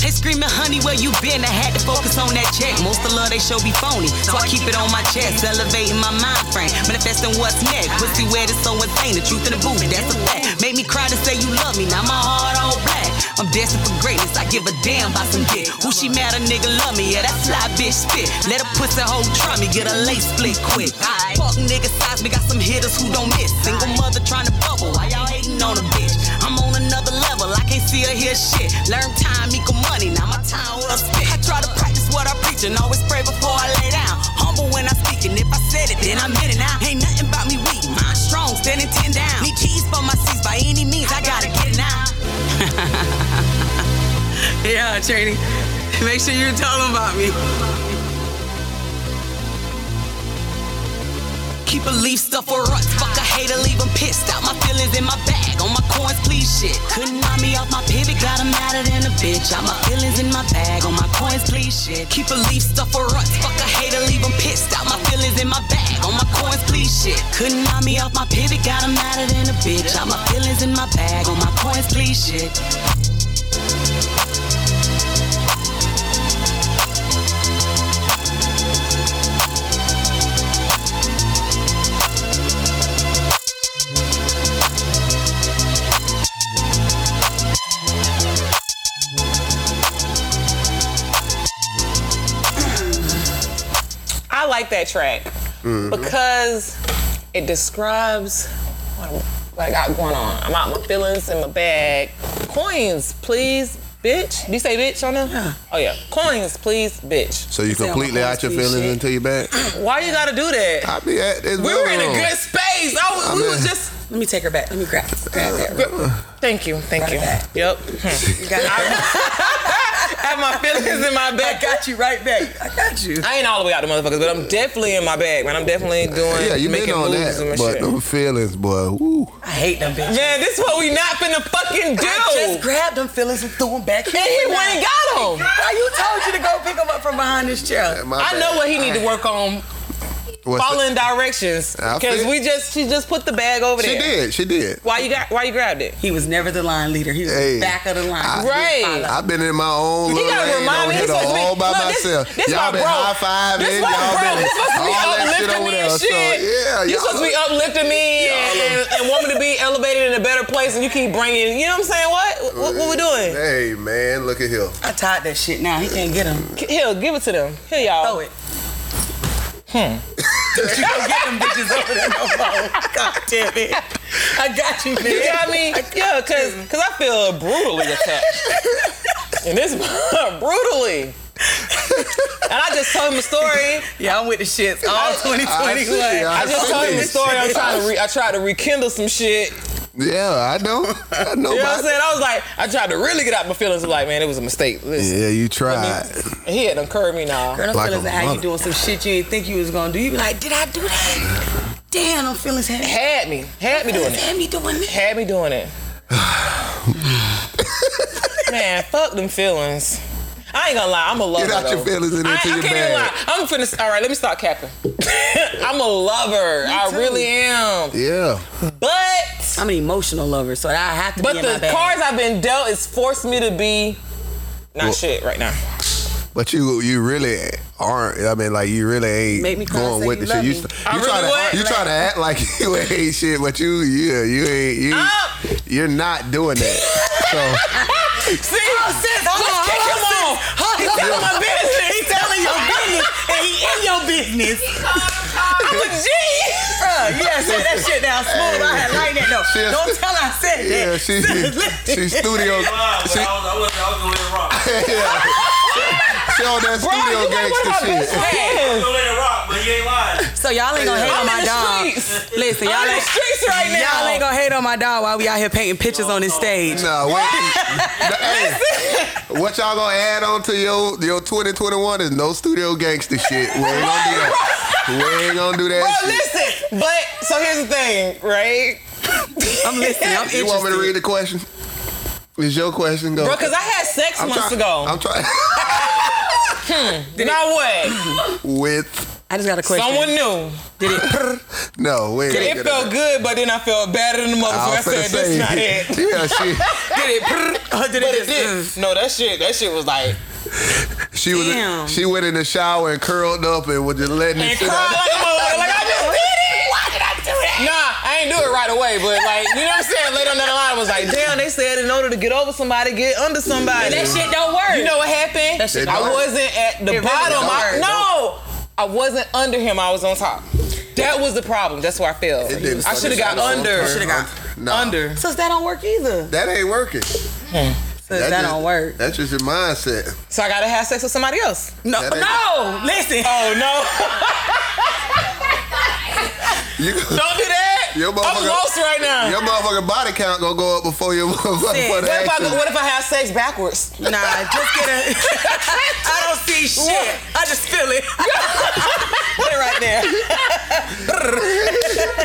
J: They screaming, honey, where you been? I had to focus on that check. Most of love they show be phony. So I keep it on my chest, elevating my mind frame. Manifesting what's next. Pussy where it's so insane. The truth in the booty, that's a fact. Make me cry to say you love me. Now my heart all black. I'm destined for greatness. I give a damn about some dick. Who she mad a nigga love me? Yeah, that fly bitch spit. Let a pussy hoe try me, get a lace split quick. Aight. Fuck nigga size, we got some hitters who don't miss. Single mother trying to bubble. Why y'all hating on a bitch? I'm on another level. I can't see or hear shit. Learn time equal money. Now my time will spit. I try to practice what I preach and always pray before I lay down. Humble when I speak, and if I said it, then I meant it. Now ain't nothing about me weak. Mind strong, standing ten down. Need keys for my seats by any means. I gotta get it now.
D: yeah, Trini. Make sure you tell them about me.
J: Keep a leaf stuff for us. Fuck a hater, leave him pissed. Out my feelings in my bag. On my coins, please shit. Couldn't knock me off my pivot, got him madder than a bitch. Out my feelings in my bag. On my coins, please shit. Keep a leaf stuff for us. Fuck a hater, leave him pissed. Out my feelings in my bag. On my coins, please shit. Couldn't knock me off my pivot, got him madder than a bitch. Out my feelings in my bag. On my coins, please shit.
H: I like that track
I: Mm-hmm.
H: because it describes what I got going on. I'm out my feelings in my bag. Coins, please, bitch. Do you say bitch on them? Oh yeah. Coins, please, bitch.
I: So you completely out your feelings until you back?
H: Why you gotta do that?
I: I be at this
H: We were in a
I: room.
H: good space. I was,
I: I
H: we
I: mean-
H: was just.
D: Let me take her back. Let me grab, grab that.
H: Thank you. Thank you. Yep. I have my feelings in my bag. I
D: got you right back. I got you.
H: I ain't all the way out the motherfuckers, but I'm definitely in my bag, man. I'm definitely doing.
I: Yeah, you been
H: making
I: on
H: moves
I: that,
H: and
I: but
H: shit.
I: them feelings, boy. Woo.
D: I hate them bitches.
H: Man, this what we not finna fucking do.
D: I just grabbed them feelings and threw them back.
H: And he went and got 'em.
D: Now you told you to go pick them up from behind this chair.
H: I know what he need to work on.
I: What's
H: following directions
I: I
H: because
I: feel-
H: we just she just put the bag over
I: She
H: there.
I: did. She did.
H: Why you got? Why you grabbed it?
D: He was never the line leader. He was
I: Hey.
D: back of the line.
I: I-
H: Right.
I: I've been in my own
H: He
I: little
H: gotta
I: lane
H: remind
I: over
H: me,
I: here
H: he's
I: the-
H: supposed to be-
I: all by
H: look, this-
I: myself.
H: this my
I: y'all been
H: bro.
I: high fiving.
H: This my
I: y'all
H: bro.
I: been
H: This supposed to be
I: all that shit
H: uplifting
I: over
H: me
I: there.
H: and
I: So,
H: shit.
I: yeah,
H: you
I: y'all-
H: supposed to be uplifting me and, and, and want me to be elevated in a better place, and you keep bringing. You know what I'm saying? What? What, what we doing?
I: Hey man, look at here.
D: I tied that shit now. He can't get him.
H: Here, give it to them. Here, y'all.
D: Throw it. Hmm. Don't you go get them bitches over there no more. God damn it. I got you, man.
H: You got me? Yeah, cause, cause I feel brutally attacked. and it's brutally. and I just told him a story.
D: Yeah, I'm with the shits all
H: I-
D: 2021.
I: I see, I
H: I just told him a
I: see.
H: story. I'm trying to re- I tried to rekindle some shit.
I: Yeah, I know. I know.
H: You know what
I: about
H: I'm saying? I was like, I tried to really get out my feelings. I'm Like, man, it was a mistake.
I: it.
H: Listen,
I: Yeah, you tried.
H: And he had incurred me now.
D: Girl, them
I: Like
D: feelings
I: a
D: of how you
I: mother.
D: doing some shit you didn't think you was gonna do. You be like, did I do that? Damn, them feelings had
H: Had me, had me doing it,
D: Had me doing that.
H: had me doing it. man, fuck them feelings. I ain't gonna lie, I'm a lover.
I: Get out your
H: though.
I: feelings and
H: I, I
I: into your
H: can't even
I: bag.
H: lie. I'm finna. All right, let me start capping. I'm a lover. I really am.
I: Yeah.
H: But
D: I'm an emotional lover, so I have to
H: But
D: be in my
H: the
D: bag.
H: cards I've been dealt is forced me to be not
I: Well-
H: shit right now.
I: But you you really aren't. I mean, like you really ain't
D: Make me cry,
I: going
D: say
I: with
D: you
I: the shit.
D: love
I: You,
D: me.
I: st- you
H: I
I: try
H: really what?
I: to you try to act like you ain't shit, but you yeah you ain't you
H: Up.
I: you're not doing that.
H: See,
D: Oh,
H: just kick him off. He's telling my business.
D: He telling your business, and he in your business.
H: I'm a G.
D: Bruh, yeah, say that shit down smooth. I had like that though.
I: She is-
D: Don't tell I said
I: So
D: that.
I: yeah, she she studio she, yeah. she on that studio gangster shit.
H: Friends.
D: So y'all ain't gonna hate on
H: I'm
D: my
H: in the
D: dog.
H: streets.
D: Listen, y'all
H: I'm in the
D: ain't,
H: streets right now.
D: y'all ain't gonna hate on my dog while we out here painting pictures on this stage.
I: Nah, wait. Nah, hey, what y'all gonna add on to your your 2021 is no studio gangster shit. We ain't gonna do that. We ain't gonna do
H: Bro,
I: that. shit.
H: listen. But so here's the thing, right?
D: I'm listening. I'm interested.
I: You want me to read the question? Is your question go?
H: Bro, because I had sex
I: I'm
H: months
I: try-
H: ago.
I: I'm trying
H: now what?
I: with
J: I just got a question.
H: Someone knew.
J: Did it?
I: No, wait.
H: It felt good, but then I felt better than the motherfucker. I,
I: I was
H: said,
I: finna
H: "This
I: say,
H: not it."
I: yeah, she-
H: did it? prrr, or did it, just, mm. No, that shit. That shit was like.
I: She was
H: Damn.
I: she went in the shower and curled up and was just letting it
H: And
I: sit
H: cried
I: out.
H: like a motherfucker. Like I just did it. Why did I do that? Nah, I ain't do it right away, but like you know what I'm saying. Later on down the line, I was like, "Damn, they said in order to get over somebody, get under somebody."
J: That shit don't work.
H: You know what happened?
J: That shit
H: I
J: don't work.
H: wasn't at the
J: It really
H: bottom.
J: don't
H: I,
J: work.
H: no, I wasn't under him. I was on top. That was the problem. That's where I failed.
I: didn't
H: I should have got
I: fucking
H: under.
I: work. Shoulda got
H: under. Hmm.
J: So that don't work either.
I: That ain't working.
J: So that
I: just-
J: don't work.
I: That's just your mindset.
H: So I gotta have sex with somebody else. No,
I: That ain't-
J: no. Listen.
H: Oh no.
I: You,
H: Don't do that.
I: your
H: I'm
I: motherfucker-
H: lost right now.
I: Your motherfucking body count gonna go up before your motherfucking
H: Shit. What if, I,
I: action.
H: go- what if I have sex backwards?
J: Nah, just get a. I don't see shit. I just feel it.
H: Put it right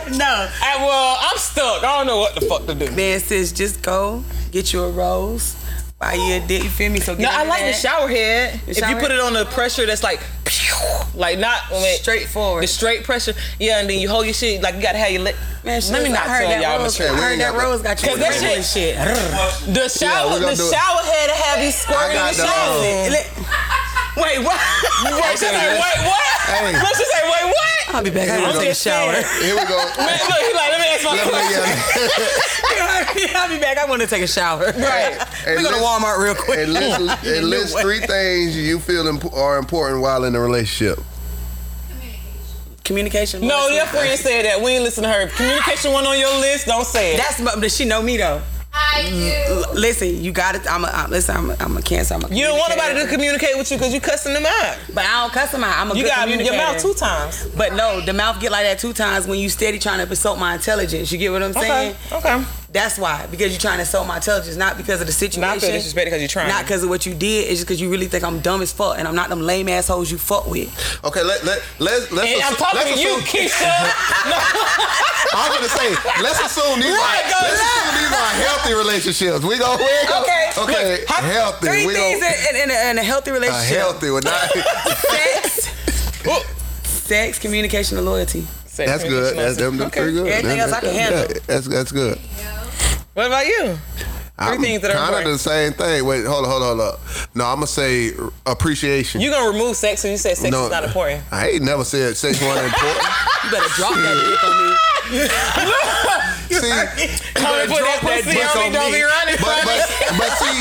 H: there.
J: no.
H: I, well, I'm stuck. I don't know what the fuck to do.
J: Man, sis, just go get you a rose. Buy you a dick. You feel me? So get
H: No, I
J: into
H: like the
J: that.
H: shower head.
J: The
H: if you
J: shower
H: put it
J: head?
H: on the pressure that's like, pew, like not straightforward. The straight pressure, yeah, and then you hold your shit like you gotta have your lip.
J: Man, sis,
H: Let me
J: I
H: not
J: heard
H: tell
J: that
H: y'all,
J: rose,
H: Miss Shirley.
J: I heard that rose got you.
H: Cause that
J: dribbling
H: shit, the
I: Yeah,
H: shower,
I: we gonna
H: the
I: do it.
H: shower head have you squirting in
I: I
H: the uh,
I: got the,
H: shower.
I: um,
J: Wait, what? Oh.
H: You wait, she say, wait, what?
I: Hey.
H: Let's just say, wait, what?
J: I'll be back.
I: Here we
J: I'm
I: go.
J: taking a shower.
I: Here we go.
H: Man, look, he like, let me ask my
I: Let me,
H: question.
I: uh,
J: I'll be back. I want to take a shower.
H: Right.
J: We go to
I: listen-
J: Walmart real quick.
I: and list,
J: You
I: and
J: knew
I: list
J: it.
I: three things you feel imp- are important while in a relationship.
J: Communication.
H: No,
J: loyalty.
H: your friend said that. We ain't listen to her. Communication one on your list. Don't say it.
J: That's my, but she know me though.
O: I
J: L- listen, you got it. I'm a I'm, listen. I'm a, I'm a cancer. I'm a
H: you don't want nobody to
J: communicator.
H: communicate with you because you cussing them out.
J: But I don't cuss them out. I'm a
H: You
J: good
H: got
J: communicator.
H: your mouth two times.
J: But no, the mouth get like that two times when you steady trying to insult my intelligence. You get what I'm saying?
H: Okay.
J: That's why because you're trying to insult my intelligence, not because of the situation.
H: Not feel disrespected because you're trying.
J: Not because of what you did. It's just because you really think I'm dumb as fuck and I'm not them lame assholes you fuck with.
I: Okay, let let let let's.
H: and I'm
I: assu- let's
H: talking to you,
I: assume-
H: Keisha.
I: I'm gonna say, let's assume these are
H: Right, go
I: let's
H: left.
I: assume these are healthy relationships. We go, we go
J: Okay.
I: okay,
J: How-
I: healthy.
J: Three
I: we
J: things
I: go,
J: in, in, in, a, in a healthy
I: a
J: relationship.
I: healthy one. Not,
J: Sex. Sex, communication, and loyalty.
I: that's good. That's them, them three good.
J: Everything
I: That-
J: else I can
I: that-
J: handle.
I: yeah, that's that's good. Three
H: What about you?
I: I'm
H: things that are
I: kind of
H: important.
I: the same thing. Wait, hold on, hold on, hold on. No, I'm gonna say appreciation.
H: You gonna remove sex when you said sex
I: no,
H: is not important.
I: I ain't never said sex wasn't important.
J: You better drop that dick on me.
I: see,
H: Come and
I: better
H: put that
I: drop that
H: pussy
I: dick
H: on me,
I: on
H: don't
I: me.
H: be running
I: but
H: from
I: but,
H: me.
I: but see,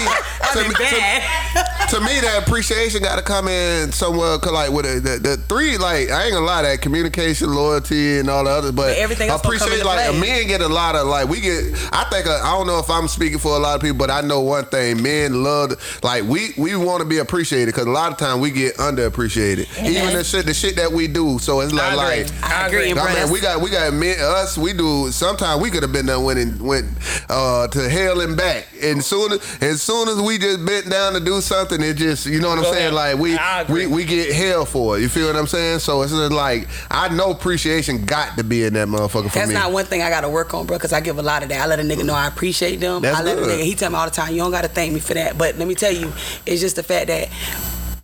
I: to, me- to, to me that appreciation got to come in somewhere 'cause, like with a, the, the three like I ain't gonna lie that communication, loyalty, and all the others. But,
J: But everything else gonna come
I: appreciation
J: into
I: like
J: play.
I: men get a lot of like we get. I think uh, I don't know if I'm speaking for a lot of people, but I know one thing: men love like we we want to be appreciated because a lot of time we get underappreciated, even the shit the shit that we do. So it's like
H: I agree.
I: like.
J: I agree,
I: I
J: Brad.
I: mean, we got we got men, us. We do. Sometimes we could have been done went and went uh, to hell and back. And soon as as soon as we just bent down to do something, it just you know what I'm
H: Go
I: saying.
H: ahead.
I: Like we
H: I agree.
I: we we get hell for it. You feel what I'm saying? So it's just like I know appreciation got to be in that motherfucker for
J: That's
I: me.
J: not one thing I gotta work on, bro, because I give a lot of that. I let a nigga know I appreciate them.
I: That's
J: I let
I: good.
J: a nigga, he tell me all the time, you don't gotta thank me for that. But let me tell you, it's just the fact that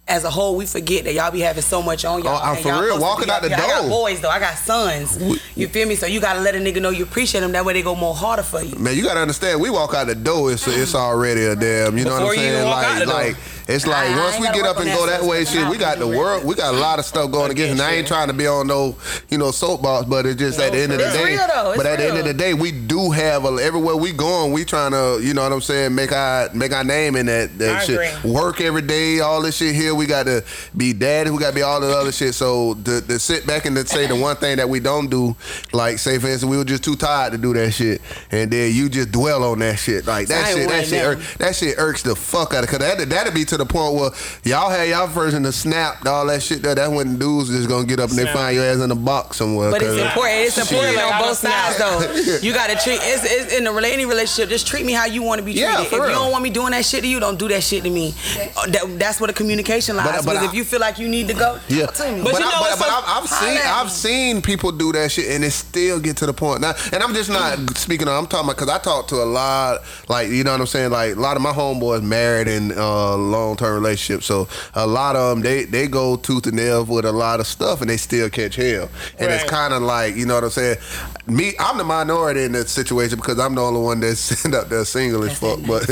J: as a whole, we forget that y'all be having so much on y'all.
I: Oh, I'm
J: and
I: for
J: y'all
I: real,
J: supposed to
I: walking
J: be
I: out the
J: here. I
I: door.
J: got boys though. I got sons. You feel me? So you gotta let a nigga know you appreciate them. That way they go more harder for you.
I: Man, you gotta understand. We walk out the door, it's it's already a damn. You know
H: Before
I: what
H: you
I: I'm saying?
H: even walk
I: like
H: out the door.
I: like it's like
J: I- I
I: once
J: ain't
I: we
J: gotta
I: get
J: work
I: up and
J: on
I: go
J: that
I: that way,
J: stuff.
I: shit. We got the world. We got a lot of stuff going against. us. And I ain't trying to be on no you know soapbox, but it's just at the end of the
J: It's
I: day.
J: real, though. It's
I: But at the end
J: real.
I: of the day, we do have a, everywhere we going. We trying to you know what I'm saying. Make our make our name in that that
H: I
I: shit.
H: agree.
I: Work every day. All this shit here. We got to be daddy. We got to be all the other shit. So to, to sit back and to say the one thing that we don't do, like say for instance, we were just too tired to do that shit, and then you just dwell on that shit. Like that
J: I ain't
I: shit. That
J: worried
I: shit.
J: now.
I: Irk, that shit irks the fuck out of. Cause that that'd be to the point where y'all had y'all version to snap and all that shit. There, that's when dudes just gonna get up and they
H: Snap.
I: find your ass in a box somewhere.
J: But it's
I: 'cause-
J: important. It's important
I: Shit.
J: on both
H: Like,
J: sides, though. You gotta treat. It's, it's in a rela- any relationship. Just treat me how you want to be treated.
I: Yeah,
J: if
I: for
J: you
I: real.
J: don't want me doing that shit to you, don't do that shit to me. Uh, That, that's where the communication lies.
I: But- but
J: because
I: I-
J: if you feel like you need to go,
I: Yeah,
J: talk to me.
I: but,
H: But you
I: I,
H: know
I: but,
H: what's
I: but
H: so-
I: I've, I've seen
J: Holla at
I: I've
J: me.
I: seen people do that shit, and it still get to the point. Now, and I'm just
J: Mm-hmm.
I: not speaking. Of, I'm talking about because I talk to a lot, like you know what I'm saying. Like a lot of my homeboys married and uh, long, long term relationship. So a lot of them they they go tooth and nail with a lot of stuff and they still catch hell. And it's
P: Right.
I: kind of like you know what I'm saying. Me, I'm the minority in that situation because I'm the only one that's sitting up there single as fuck. But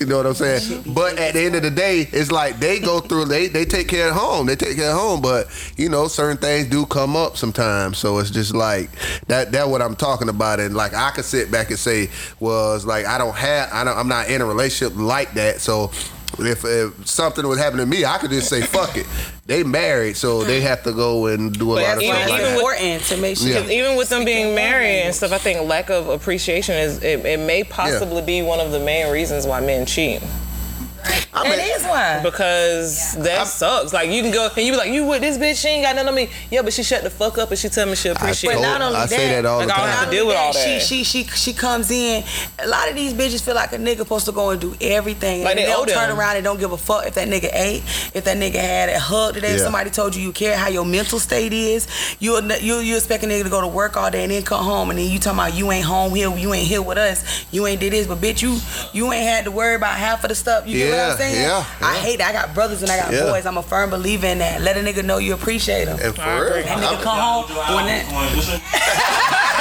I: you know what I'm saying. But at the end of the day, it's like they go through. They they take care at home. They take care at home. But you know, certain things do come up sometimes. So it's just like that. That what I'm talking about. And like I could sit back and say, well, it's like I don't have. I don't, I'm not in a relationship like that. So. If, if something was happening to me, I could just say fuck it. They married, so they have to go and do a lot of
H: even,
I: stuff. like
H: even
I: that.
J: important to make
I: Yeah.
H: even with them being married and stuff, I think lack of appreciation is it, it may possibly be one of the main reasons why men cheat.
J: That is why.
H: Because that sucks. Like you can go and you be like, you with this bitch? She ain't got nothing on me. Yeah, but she shut the fuck up and she tell me she appreciate.
J: But
H: it.
J: not only
H: like, I don't have to deal with all that.
J: She, she she she comes in. A lot of these bitches feel like a nigga supposed to go and do everything,
H: Like
J: and
H: they
J: they
H: owe
J: don't
H: them.
J: turn around and don't give a fuck if that nigga ate, if that nigga had a hug today, if
H: Yeah.
J: somebody told you you care how your mental state is. You a n- you you expect a nigga to go to work all day and then come home and then you talking about you ain't home here, you ain't here with us, you ain't did this, but bitch you you ain't had to worry about half of the stuff. You get what
I: Yeah,
J: I'm saying?
I: yeah,
J: I
I: yeah.
J: hate that. I got brothers and I got
I: Yeah.
J: boys. I'm a firm believer in that. Let a nigga know you appreciate him.
I: And for I agree. real.
J: That nigga
I: I'm-
J: come home when that.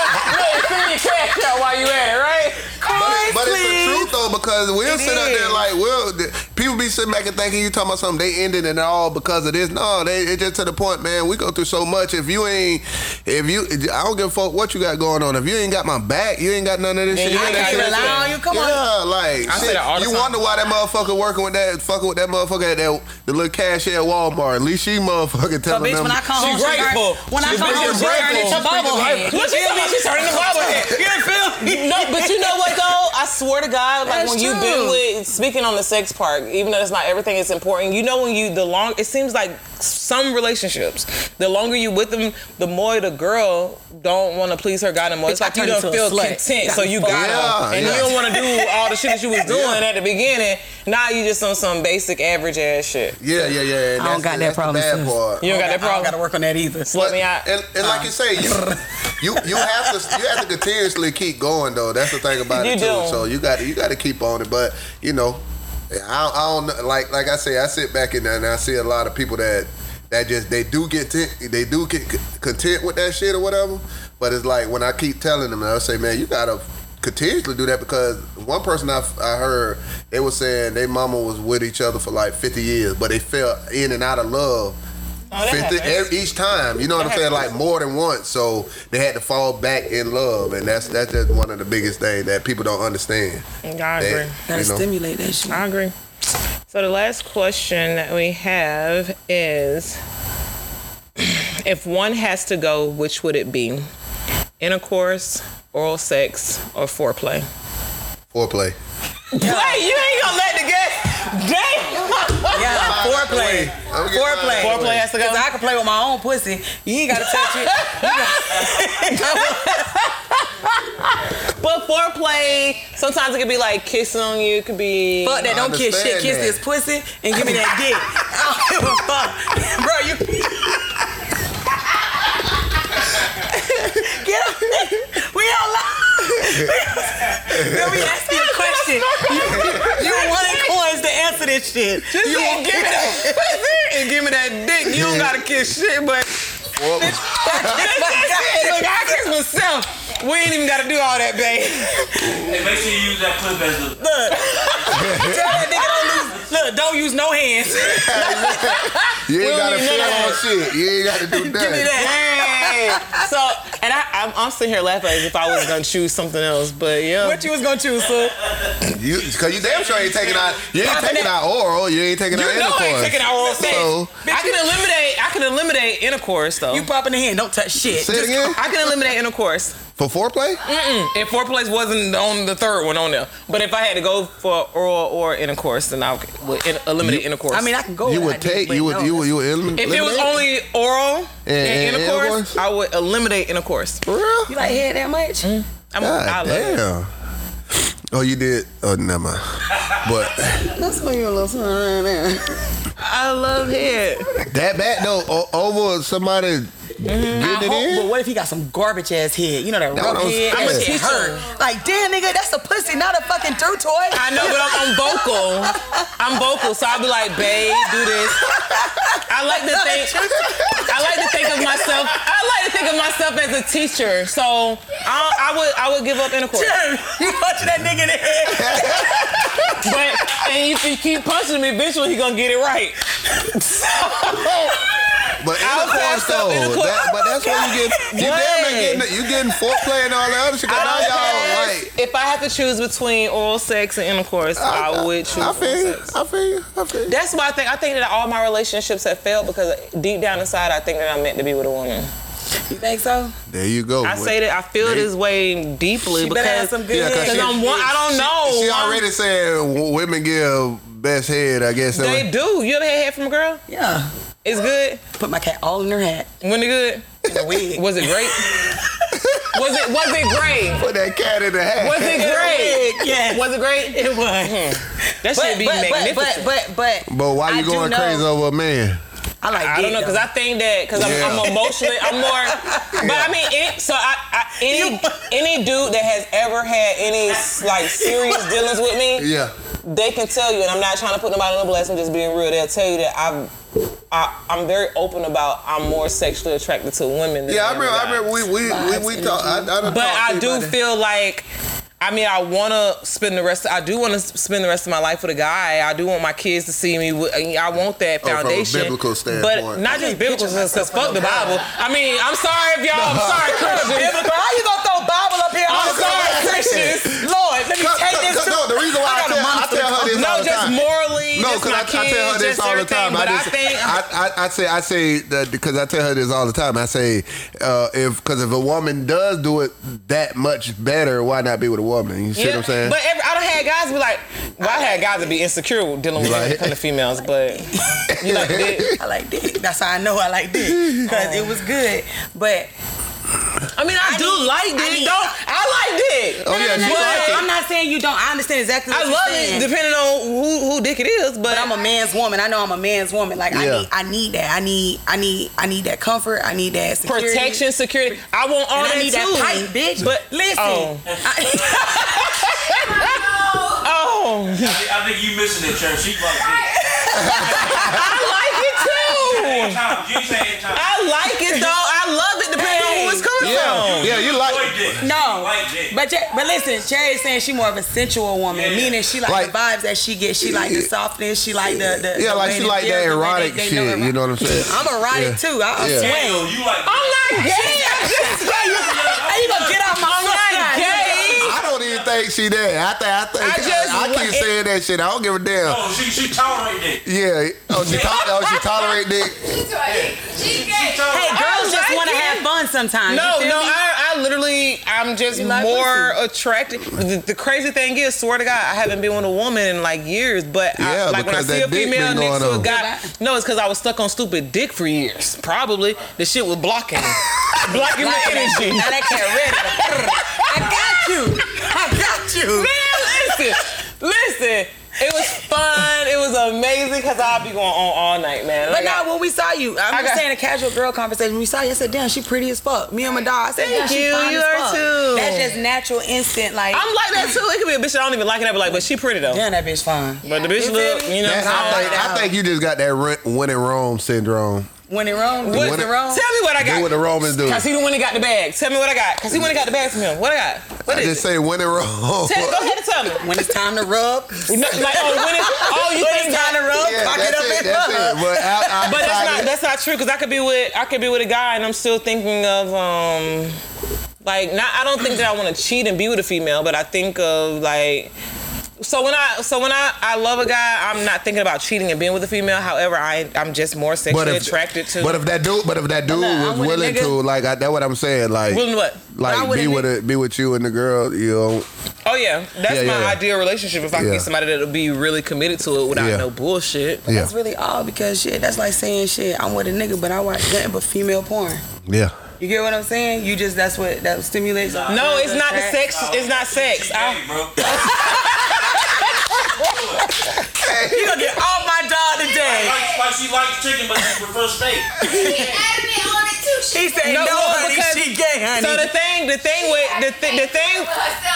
H: cash out while you at it, right?
I: But, it- but it's the truth though, because we'll
H: It
I: sit out there
H: is.
I: like, well, th- people be sitting back and thinking you talking about something they ended and all because of this. No, they it's just to the point, man. We go through so much. If you ain't, if you, I don't give a fuck what you got going on. If you ain't got my back, you ain't got none of this
J: Then
I: shit.
J: you
I: ain't
J: can't
I: got shit.
J: rely on you. Come on.
I: Yeah, like
J: I say
I: shit.
J: that all the
I: you
J: time.
I: wonder why that motherfucker working with that fucking with that motherfucker at that the little cashier at Walmart. At least she motherfucking telling
J: bitch,
I: them
J: when I come home, She she grateful. turn- when I
I: This
J: come
I: bitch
J: home,
I: is
J: she turn
I: grateful.
J: into bobblehead.
H: What you talking
J: Yeah.
H: about? She turning the bobblehead. You feel me? No, but you know what though? I swear to God, like
J: That's
H: when you've
J: true.
H: been with speaking on the sex part, even though it's not everything is important, you know when you the long it seems like some relationships, the longer you with them, the more the girl don't want to please her God and more.
J: Bitch,
H: it's
J: I
H: like you
J: turned
H: don't
J: into a
H: feel
J: slut.
H: content,
J: Got
H: so
J: me
H: you
J: fucked
H: got
J: up.
H: her. And
J: Yeah.
H: you don't want to do all the shit that you was doing
J: Yeah.
H: at the beginning. Now you just on some basic average ass shit.
I: Yeah, yeah, yeah.
J: I don't
I: That's
J: got
I: the-
J: that
I: that's the
J: problem.
I: bad
J: sis.
I: part.
H: You don't got that
J: I
H: problem?
J: gotta work on that either.
H: Slut me out.
I: And, and
H: uh.
I: like you say, you, you you have to you have to continuously keep going though. That's the thing about
H: You
I: it too.
H: do.
I: So you got to you got to keep on it. But you know, I, I don't know- like like I say. I sit back and, and I see a lot of people that that just they do get t- they do get c- content with that shit or whatever. But it's like when I keep telling them, I say, man, you gotta continuously do that because one person I, I heard they was saying they mama was with each other for like 50 years, but they fell in and out of love.
H: Oh, that
I: 50
H: happens.
I: e- each time, you know what
H: That
I: I'm saying? Like
H: happens.
I: more than once, so they had to fall back in love, and that's that's just one of the biggest things that people don't understand.
H: I agree.
I: That, you know.
J: that shit.
H: I agree. So the last question that we have is if one has to go, which would it be? Intercourse, oral sex, or foreplay?
I: Foreplay.
H: Wait, you ain't gonna let the guess. Damn.
J: Yeah, foreplay.
I: I'm getting
J: Foreplay.
I: mine. Foreplay
H: has to go.
J: Cause I can play with my own pussy. You ain't gotta touch it. You gotta-
H: But foreplay, sometimes it could be like kissing on you, it could be.
J: Fuck that, don't kiss shit. Kiss this pussy and give me that dick. I don't give a fuck. Bro, you. Get up. We don't lie. Then we ask you a question. You, you wanted coins to answer this shit.
H: Just
J: you
H: say,
J: won't
H: give me that pussy and give me that dick. You don't gotta kiss shit, but. Look, I kiss myself. We ain't even gotta do all that, babe.
G: Hey, make sure you use that clip as the
J: Look, tell that nigga don't lose. Look, don't use no hands.
I: You
H: We
I: ain't
H: don't
I: gotta
H: need
I: feel
H: none
I: all
H: of
I: shit. You ain't gotta do
H: Give me
I: nothing.
H: that. so, and I, I'm, I'm sitting here laughing as if I was gonna choose something else, but yeah.
J: What you was gonna choose, sir?
I: You, cause you damn sure ain't taking out. You ain't taking out oral. You ain't taking
H: You
I: out
H: know
I: intercourse.
H: I ain't taking out oral sex.
I: So
H: I can eliminate. I can eliminate intercourse though. You
J: popping the hand. Don't touch shit.
I: Say it again?
H: I can eliminate intercourse.
I: for foreplay,
H: Mm-mm. If foreplay wasn't on the third one on there, but if I had to go for oral or intercourse, then I would in- eliminate intercourse.
J: I mean, Oh, I can go.
I: you
J: with
I: would
J: ideas,
I: take.
J: but
I: You would.
J: no.
I: You would. You would eliminate.
H: If it was only oral and,
I: And- and
H: intercourse,
I: intercourse?
H: I would eliminate intercourse.
I: For real?
J: You like head that much?
H: I'm I
I: God
H: love it.
I: damn. Oh, you did. Oh, never mind. But
J: That's what you're listening right there. I love head.
I: that bad though. o- Over somebody
H: Mm-hmm.
J: I
I: Getting it
J: hope,
I: in?
J: but what if he got some garbage ass head? You know that
I: That's
J: rough
I: what I'm
J: head.
I: saying.
J: That shit hurt. Like damn, nigga, that's a pussy, not a fucking dirt toy.
H: I know, but I'm, I'm vocal. I'm vocal, so I'll be like, babe, do this. I like to think. I like to think of myself. I like to think of myself as a teacher. So I, I would, I would give up intercourse.
J: you punch that nigga in the head.
H: but and if you keep punching me, eventually he gonna get it right.
I: But
H: I was
I: intercourse
H: passed up
I: though,
H: intercourse.
I: that, but that's where you get you damn near
H: What?
I: getting you getting foreplay and all that other shit. 'cause
H: I
I: Now
H: don't
I: y'all
H: care.
I: like
H: If I have to choose between oral sex and intercourse, I, would choose.
I: I feel you,
H: oral sex. I
I: feel you. I feel
H: That's why I think I think that all my relationships have failed because deep down inside, I think that I'm meant to be with a woman.
J: You think so?
I: There you go.
H: I say that I feel this way deeply
J: She
H: because
J: better have some good
I: Yeah, 'cause
H: because
I: she-
H: I'm one. I don't
I: she-
H: know.
I: She,
H: I'm-
I: already said w- women give best head. I guess.
H: They
I: That
H: do. You ever had head from a girl?
J: Yeah.
H: It's good.
J: Put my cat all in her hat.
H: When it good?
J: In a wig.
H: Was it great? was it was it great?
I: Put that cat in the hat.
H: Was it
J: In a
H: great?
J: wig, yes.
H: Was it great? Hmm.
J: It was.
H: That should be magnificent.
J: But, but, but,
I: but why
J: I
I: you
J: do
I: going
J: know-
I: crazy over a man?
J: I like.
H: I don't know because I think that because I'm,
I: Yeah.
H: I'm emotionally I'm more but I mean any, so I, I any any dude that has ever had any like serious dealings with me
I: Yeah.
H: they can tell you, and I'm not trying to put nobody on the blast. I'm just being real. They'll tell you that I'm, I, I'm very open about. I'm more sexually attracted to women. Than
I: Yeah, I
H: am
I: remember. I
H: guys.
I: remember. We we we, we talk. I, I
H: But
I: done talked to
H: I
I: you
H: do
I: about that.
H: feel like. I mean, I want to spend the rest. I do want to spend the rest of my life with a guy. I do want my kids to see me. with- I want that
I: Oh, from a
H: foundation,
I: biblical
H: but
I: standpoint.
H: not just biblical, because fuck the Bible. I mean, I'm sorry if y'all. I'm sorry, Christians.
J: Biblical. How you gonna throw Bible up here?
H: I'm sorry, Christians.
J: Lord, let me
I: Cut-
J: take
I: cut-
J: this.
I: cut-
J: to-
I: no, the reason why I
J: gotta
I: tell- I
J: monitor
I: tell her this
H: No,
I: all the
H: just
I: time.
H: morally,
I: No,
H: just
I: because
H: my
I: I,
H: kids,
I: I tell her this
H: just
I: all the
H: everything.
I: time.
H: But
I: I,
H: I,
I: just,
H: think
I: I, I, I say I say that because I tell her this all the time. I say uh, if because if a woman does do it that much better, why not be with a woman? You see what I'm saying?
H: But every, I don't had guys be like, well, I had guys to be insecure with dealing with
I: You
H: when
I: like-
H: it comes to females, but you like dick.
J: I like dick. That's how I know I like dick because it was good. But
H: I mean, I, do like dick.
J: need-
H: don't I like dick?
I: Oh, yeah, you like it.
J: I'm not saying you don't. I understand exactly. What
H: I
J: you're
H: love
J: saying.
H: it depending on who who dick it is, but,
J: But I'm a man's woman. I know I'm a man's woman. Like
I: Yeah.
J: I need, I need that. I need, I need, I need that comfort. I need that security.
H: protection, security. I want all
J: And
H: that
J: I need
H: too.
J: that pipe, bitch.
H: But
J: listen,
H: oh, oh,
B: I think, I think you missing it, Church. She fucked dick.
H: I like it too.
B: Time. You saying time.
H: I like it though. I love it depending on who it's coming
I: yeah,
H: from.
I: yeah, you like
B: Boy dick.
J: no.
B: Like dick.
J: But Jer- but listen, Cherry's saying she more of a sensual woman,
B: Yeah.
J: meaning she like,
I: Like-
J: the vibes that she gets. She like the softness. She like the, the
I: yeah,
J: the
I: like
J: way
I: she
J: they
I: like
J: feel,
I: that
J: the way
I: erotic
J: they- they know
I: shit. You know what I'm saying?
J: I'm erotic too. I, I
I: Yeah.
J: swear.
B: Yo, you like dick.
H: I'm not gay. I'm just
J: How you gonna get out my
H: I'm not
J: fucking-
H: gay.
I: I don't even think she that. I think
H: I
I: I think
H: just
I: I,
H: like-
I: keep saying that shit. I don't give a damn.
B: Oh, she, she tolerate dick.
I: Yeah. Oh, she tol- oh, she tolerate dick.
J: Hey, girls just
H: like
J: want to
H: it.
J: have fun sometimes.
H: No,
J: you feel
H: no,
J: me?
H: I, I literally, I'm just
J: like
H: more attracted. The, the crazy thing is, swear to God, I haven't been with a woman in like years. But I,
I: Yeah,
H: like when I
I: because
H: see a
I: that dick
H: female
I: been
H: next
I: going
H: to a
I: on.
H: guy, no, it's because I was stuck on stupid dick for years. Probably the shit was blocking, me. blocking my energy.
J: Now that cat ready. I got you. I got you.
H: Man, listen, listen. It was fun. It was amazing because I'll be going on all night, man. Like,
J: But
H: I-
J: now when we saw you, I'm
H: I
J: just
H: got-
J: saying a casual girl conversation. When we saw you, I said, "Damn, she pretty as fuck." Me and my dog, I said, "Damn,
H: Thank
J: she
H: you.
J: fine
H: You
J: as
H: are
J: fuck."
H: too.
J: That's just natural instant. Like
H: I'm like that too. It could be a bitch that I don't even like, and I be like, but she pretty though.
J: Damn, that bitch fine.
H: But the bitch
J: You
H: look,
J: feel me?
H: you know. What I'm
I: That's-
H: saying?
I: I think I think you just got that rent, win it Rome syndrome.
J: When it wrong,
I: What-
J: when it wrong.
H: Tell me what I got.
I: Do what the Romans do.
H: Cause he the one that got the bag. Tell me what I got. Cause he went and got the bag from him. What I got? What
I: I
H: is
I: just say win it Rome.
H: it? Tell, go ahead and tell me.
J: When it's time to rub,
H: No, like oh, when is, oh you think
J: time to
H: that?
J: rub,
I: Yeah,
J: cock it
I: that's
J: up
I: it.
J: and
I: That's it.
J: rub.
I: But I, I,
H: But that's
I: I-
H: not that's not true. Cause I could be with I could be with a guy and I'm still thinking of um like not I don't think that I want to cheat and be with a female, but I think of like. So when I so when I, I love a guy, I'm not thinking about cheating and being with a female. However, I I'm just more
I: but
H: sexually
I: if,
H: attracted to.
I: but if that dude, but if that dude
J: Nah,
I: was
J: I'm with a
I: willing
J: nigga.
I: to, like, I, that's what I'm saying, like,
H: Willing to what?
J: But I'm
I: like
J: with
I: be
J: a
I: with
J: nigga.
I: it, be with you and the girl, you know,
H: oh yeah, that's
I: Yeah,
H: my
I: yeah, yeah.
H: ideal relationship. If I can
I: Yeah.
H: get somebody that'll be really committed to it without
I: Yeah.
H: no bullshit.
I: yeah,
J: That's really all because shit. That's like saying shit. I'm with a nigga, but I watch nothing but female porn.
I: yeah.
J: You get what I'm saying? You just that's what that stimulates.
H: No, it's not the sex. It's not sex.
B: She
H: I,
B: gay, bro.
J: You gonna get all my dog today.
B: Like, like she likes chicken, but she prefers steak.
O: Adamant on it too, she
J: He said, no, honey, she gay, honey.
H: So the thing, the thing with the, th- the thing,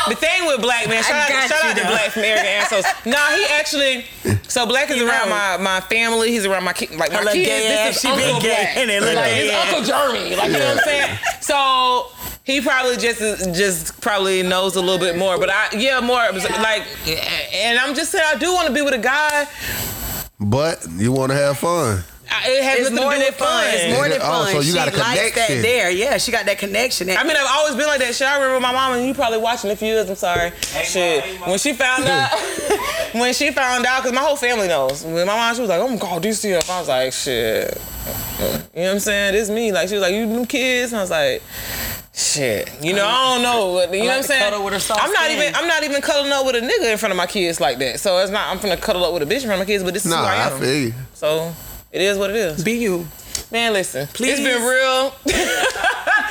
H: the thing with black man.
J: I
H: Shout out,
J: got
H: shout
J: you,
H: out to
J: though.
H: black from Eric Ansos. Nah, he actually. So black is around my my family. He's around my ki- like my
J: Her little
H: kids.
J: gay ass,
H: This is
J: she been
H: Uncle
J: gay,
H: Black.
J: and it look
H: like,
J: gay
H: it's
J: ass.
H: Uncle Jeremy. Like you know what I'm saying. So. He probably just just probably knows a little bit more, but I yeah more like, and I'm just saying I do want to be with a guy
I: But you want to have fun.
H: I- it has
J: It's
H: nothing
J: more
H: to do
J: than
H: with fun.
J: fun. It's more than
I: Oh,
J: fun.
I: so you
J: she
I: got a
J: likes that
I: connection.
J: there. Yeah, she got that connection. That
H: I mean, I've always been like that. Shit, I remember my mom and you probably watching a few years. I'm sorry. Shit, when she found out, when she found out, because my whole family knows. When my mom, she was like, "I'm gonna call DC up." I was like, "Shit," you know what I'm saying? This me. Like she was like, "You them kids," and I was like. Shit, you know I don't know. what- You know what I'm
J: I like to
H: saying?
J: cuddle with her soft
H: I'm not
J: skin.
H: even. I'm not even cuddling up with a nigga in front of my kids like that. So it's not. I'm gonna cuddle up with a bitch in front of my kids. But this is
I: Nah,
H: who I
I: I
H: am.
I: feel you.
H: So it is what it is.
J: Be you.
H: Man, listen.
J: Please.
H: It's been real.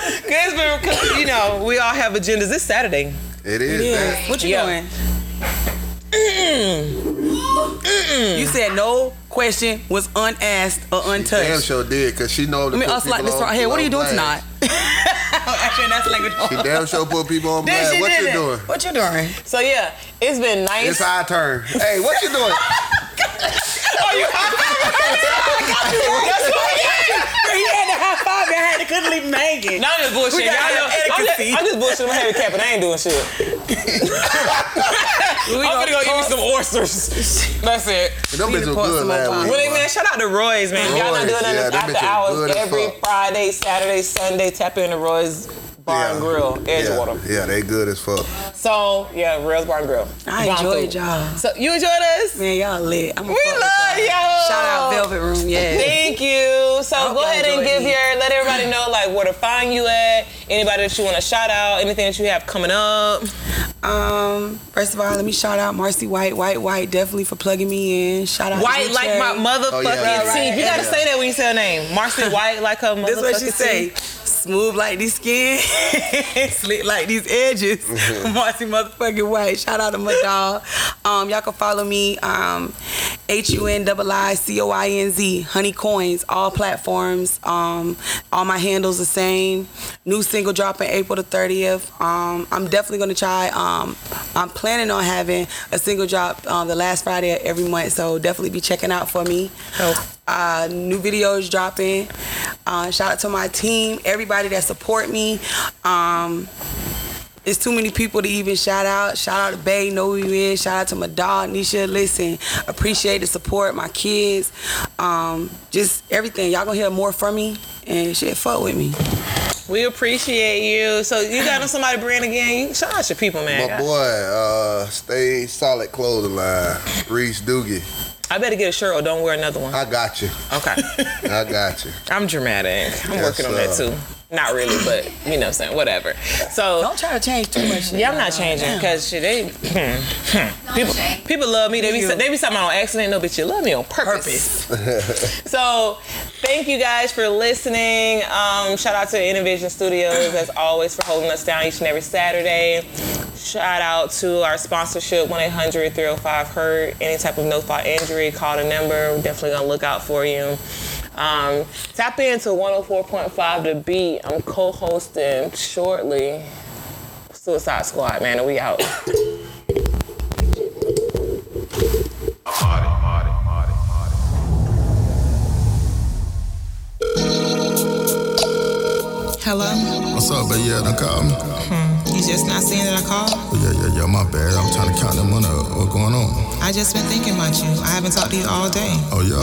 H: it's been, cause, you know, we all have agendas. This Saturday.
I: It is.
J: Yeah. What you
H: Yeah.
J: doing? You said no question was unasked or
I: Damn
J: untouched.
I: sure did, cause she know.
J: I mean, us oh, like this right here. What are you doing tonight? Actually, that's language.
I: She damn sure put people on
J: Then
I: blast.
J: she
I: What
J: did
I: you
J: it.
I: doing?
J: What you doing?
H: So yeah, it's been nice.
I: It's our turn. Hey, what you doing?
H: Are you
J: That's what he had. He had the high five and I had to couldn't leave him hanging.
H: No, I'm just bullshitting.
J: We gotta
H: Y'all know,
J: have
H: I'm, just,
J: etiquette.
H: I'm just bullshitting. I'm handicapped and I ain't doing shit. I'm gonna go eat me some oysters. That's it.
I: Them bitches were good last
H: Well,
I: week.
H: man, shout out to Roy's, man. Y'all not
I: Roy's,
H: doing
I: yeah,
H: nothing
I: them
H: after
I: bitches good
H: hours
I: as
H: every
I: fuck.
H: Friday, Saturday, Sunday. Tap into Roy's Bar and
I: Yeah.
H: Grill, Edgewater.
I: Yeah, yeah, they good as fuck.
H: So yeah, Roy's Bar and Grill.
J: I
H: Bomb
J: enjoyed
H: food.
J: y'all.
H: So you enjoyed us?
J: Man, y'all lit. I'm a
H: We
J: fuck with
H: love
J: y'all.
H: y'all.
J: Shout out Velvet Room. Yeah.
H: Thank you. So
J: hope
H: go
J: y'all
H: ahead and
J: enjoyed
H: give
J: me.
H: your let everybody know like where to find you at. Anybody that you want to shout out, anything that you have coming up.
J: Um, first of all, let me shout out Marcy White, White, White, definitely for plugging me in. Shout out
H: White
J: DJ.
H: like my motherfucking
I: Oh, yeah. Right,
H: teeth. You gotta
I: yeah.
H: say that when you say her name. Marcy White like her motherfucking
J: This what she say.
H: teeth.
J: Smooth like these skin, slick like these edges. Marcy motherfucking White. Shout out to my dog. Um, y'all can follow me. Um, H U N double I C O I N Z. Honey Coins. All platforms. Um, all my handles the same. New single dropping April the thirtieth. Um, I'm definitely gonna try. Um, I'm planning on having a single drop um, the last Friday of every month. So definitely be checking out for me.
H: Oh.
J: Uh, new videos dropping. Uh, shout out to my team, everybody that support me. Um, it's too many people to even shout out. Shout out to Bay, know who you is. Shout out to my dog, Nisha. Listen, appreciate the support, my kids, um, just everything. Y'all gonna hear more from me and shit. Fuck with me.
H: We appreciate you. So you got on somebody brand again. You shout out your people, man.
I: My boy, uh, stay solid clothing line. Reese Doogie,
H: I better get a shirt or don't wear another one.
I: I got you.
H: Okay.
I: I got you.
H: I'm dramatic. I'm
I: Yes,
H: working on that
I: sir.
H: too. Not really, but you know what I'm saying, whatever. So
J: Don't try to change too much.
H: Yeah, I'm not changing because shit, they people people love me. They be they be talking about on accident. No, bitch, you love me on purpose. so, thank you guys for listening. Um, shout out to Innovision Studios as always for holding us down each and every Saturday. Shout out to our sponsorship 1-800-305-HURT. Any type of no fault injury, call the number. We're definitely gonna look out for you. Um, tap into 104.5 to beat. I'm co-hosting shortly. Suicide Squad, man, and we out.
D: Hello?
E: What's up, baby? Yeah, done call me.
D: You just not seeing that I called?
E: Yeah, yeah, yeah, my bad. I'm trying to count that money up. What going on?
D: I just been thinking about you. I haven't talked to you all day.
E: Oh, yeah?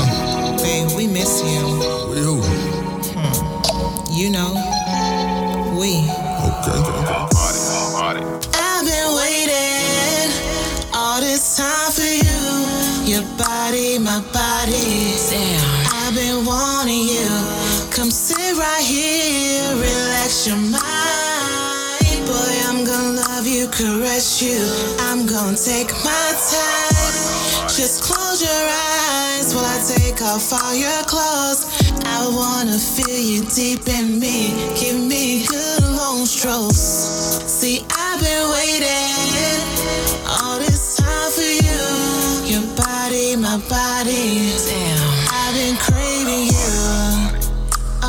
D: Babe, we miss you.
E: We who?
D: You know, we.
E: Okay, okay, okay.
D: I've been waiting all this time for you. Your body, my body. Damn. I've been wanting you. Come sit right here, relax your mind. Boy, I'm gonna love you, caress you. I'm gonna take my time. Just close your eyes while I take off all your clothes. I wanna feel you deep in me. Give me good long strokes. See, I've been waiting all this time for you. Your body, my body. Damn. I've been craving you.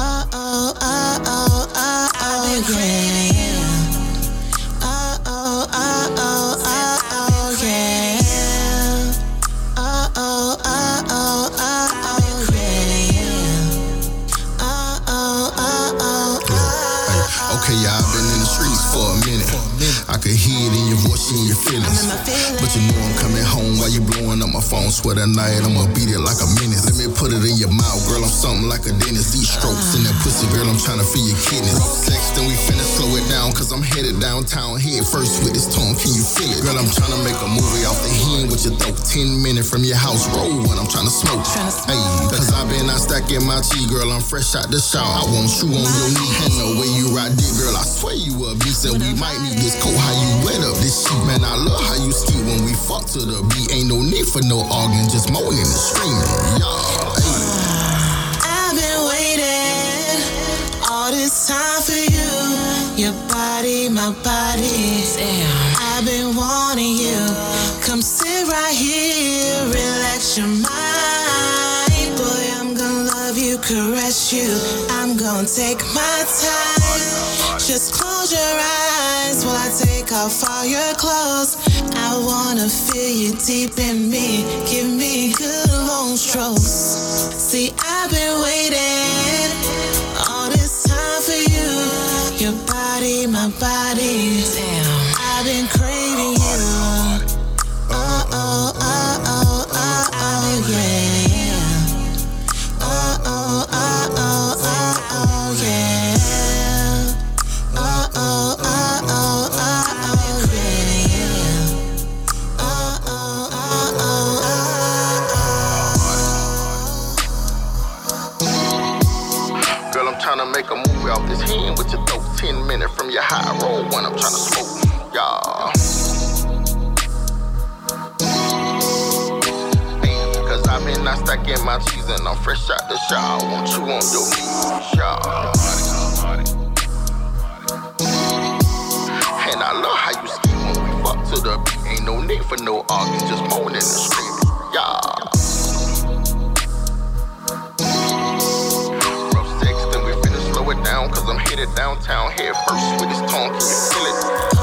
D: Oh, oh, oh, oh.
E: Okay, y'all been in the streets for a minute. I could hear it in your voice and your feelings. But you know I'm coming home while you blowing up my phone. Swear that night I'ma beat it like a minute. Let me put it in your mouth, girl. I'm something like a dentist. These strokes in that pussy, girl. I'm trying to feel your kidneys. Sex, then we finna slow it down, cause I'm headed downtown. Head first with this tongue, can you feel it? Girl, I'm trying to make a movie off the hen with your throat. Ten minutes from your house, roll what I'm trying to smoke. Hey, cause I've been out stacking my G, girl. I'm fresh out the shower. I want you on your knee. And the way you ride dick, girl, I swear you a beast. And we might need this coat, how you wet up this sheet. Man, I love how you ski when we fuck to the beat. Ain't no need for no arguing, just moaning and screaming. Y'all, hey.
D: I've been waiting all this time for you. Your body, my body. I've been wanting you. Come sit right here, relax your mind. Boy, I'm gonna love you, caress you. I'm gonna take my time. Just close your eyes while I take off all your clothes. I wanna feel you deep in me. Give me good long strokes. See, I've been waiting all this time for you. Your body, my body. I've been craving you. Oh, oh, oh, oh, oh, oh, yeah. Oh, oh, oh, oh, oh, oh, yeah. Oh, oh, oh, oh, oh, oh, yeah. Oh, oh, oh, oh,
E: Girl, I'm tryna make a movie off this hen with your throat. Ten minutes from your high roll when I'm tryna smoke. Y'all. Cause I've been not stacking my cheese and I'm fresh out the shower. Want you on your knees, y'all. And I love how you ski when we fuck to the beat. Ain't no need for no arguing, just moaning and screaming, y'all. Rough sex, then we finna slow it down. Cause I'm headed downtown head first with this tongue. Can you feel it?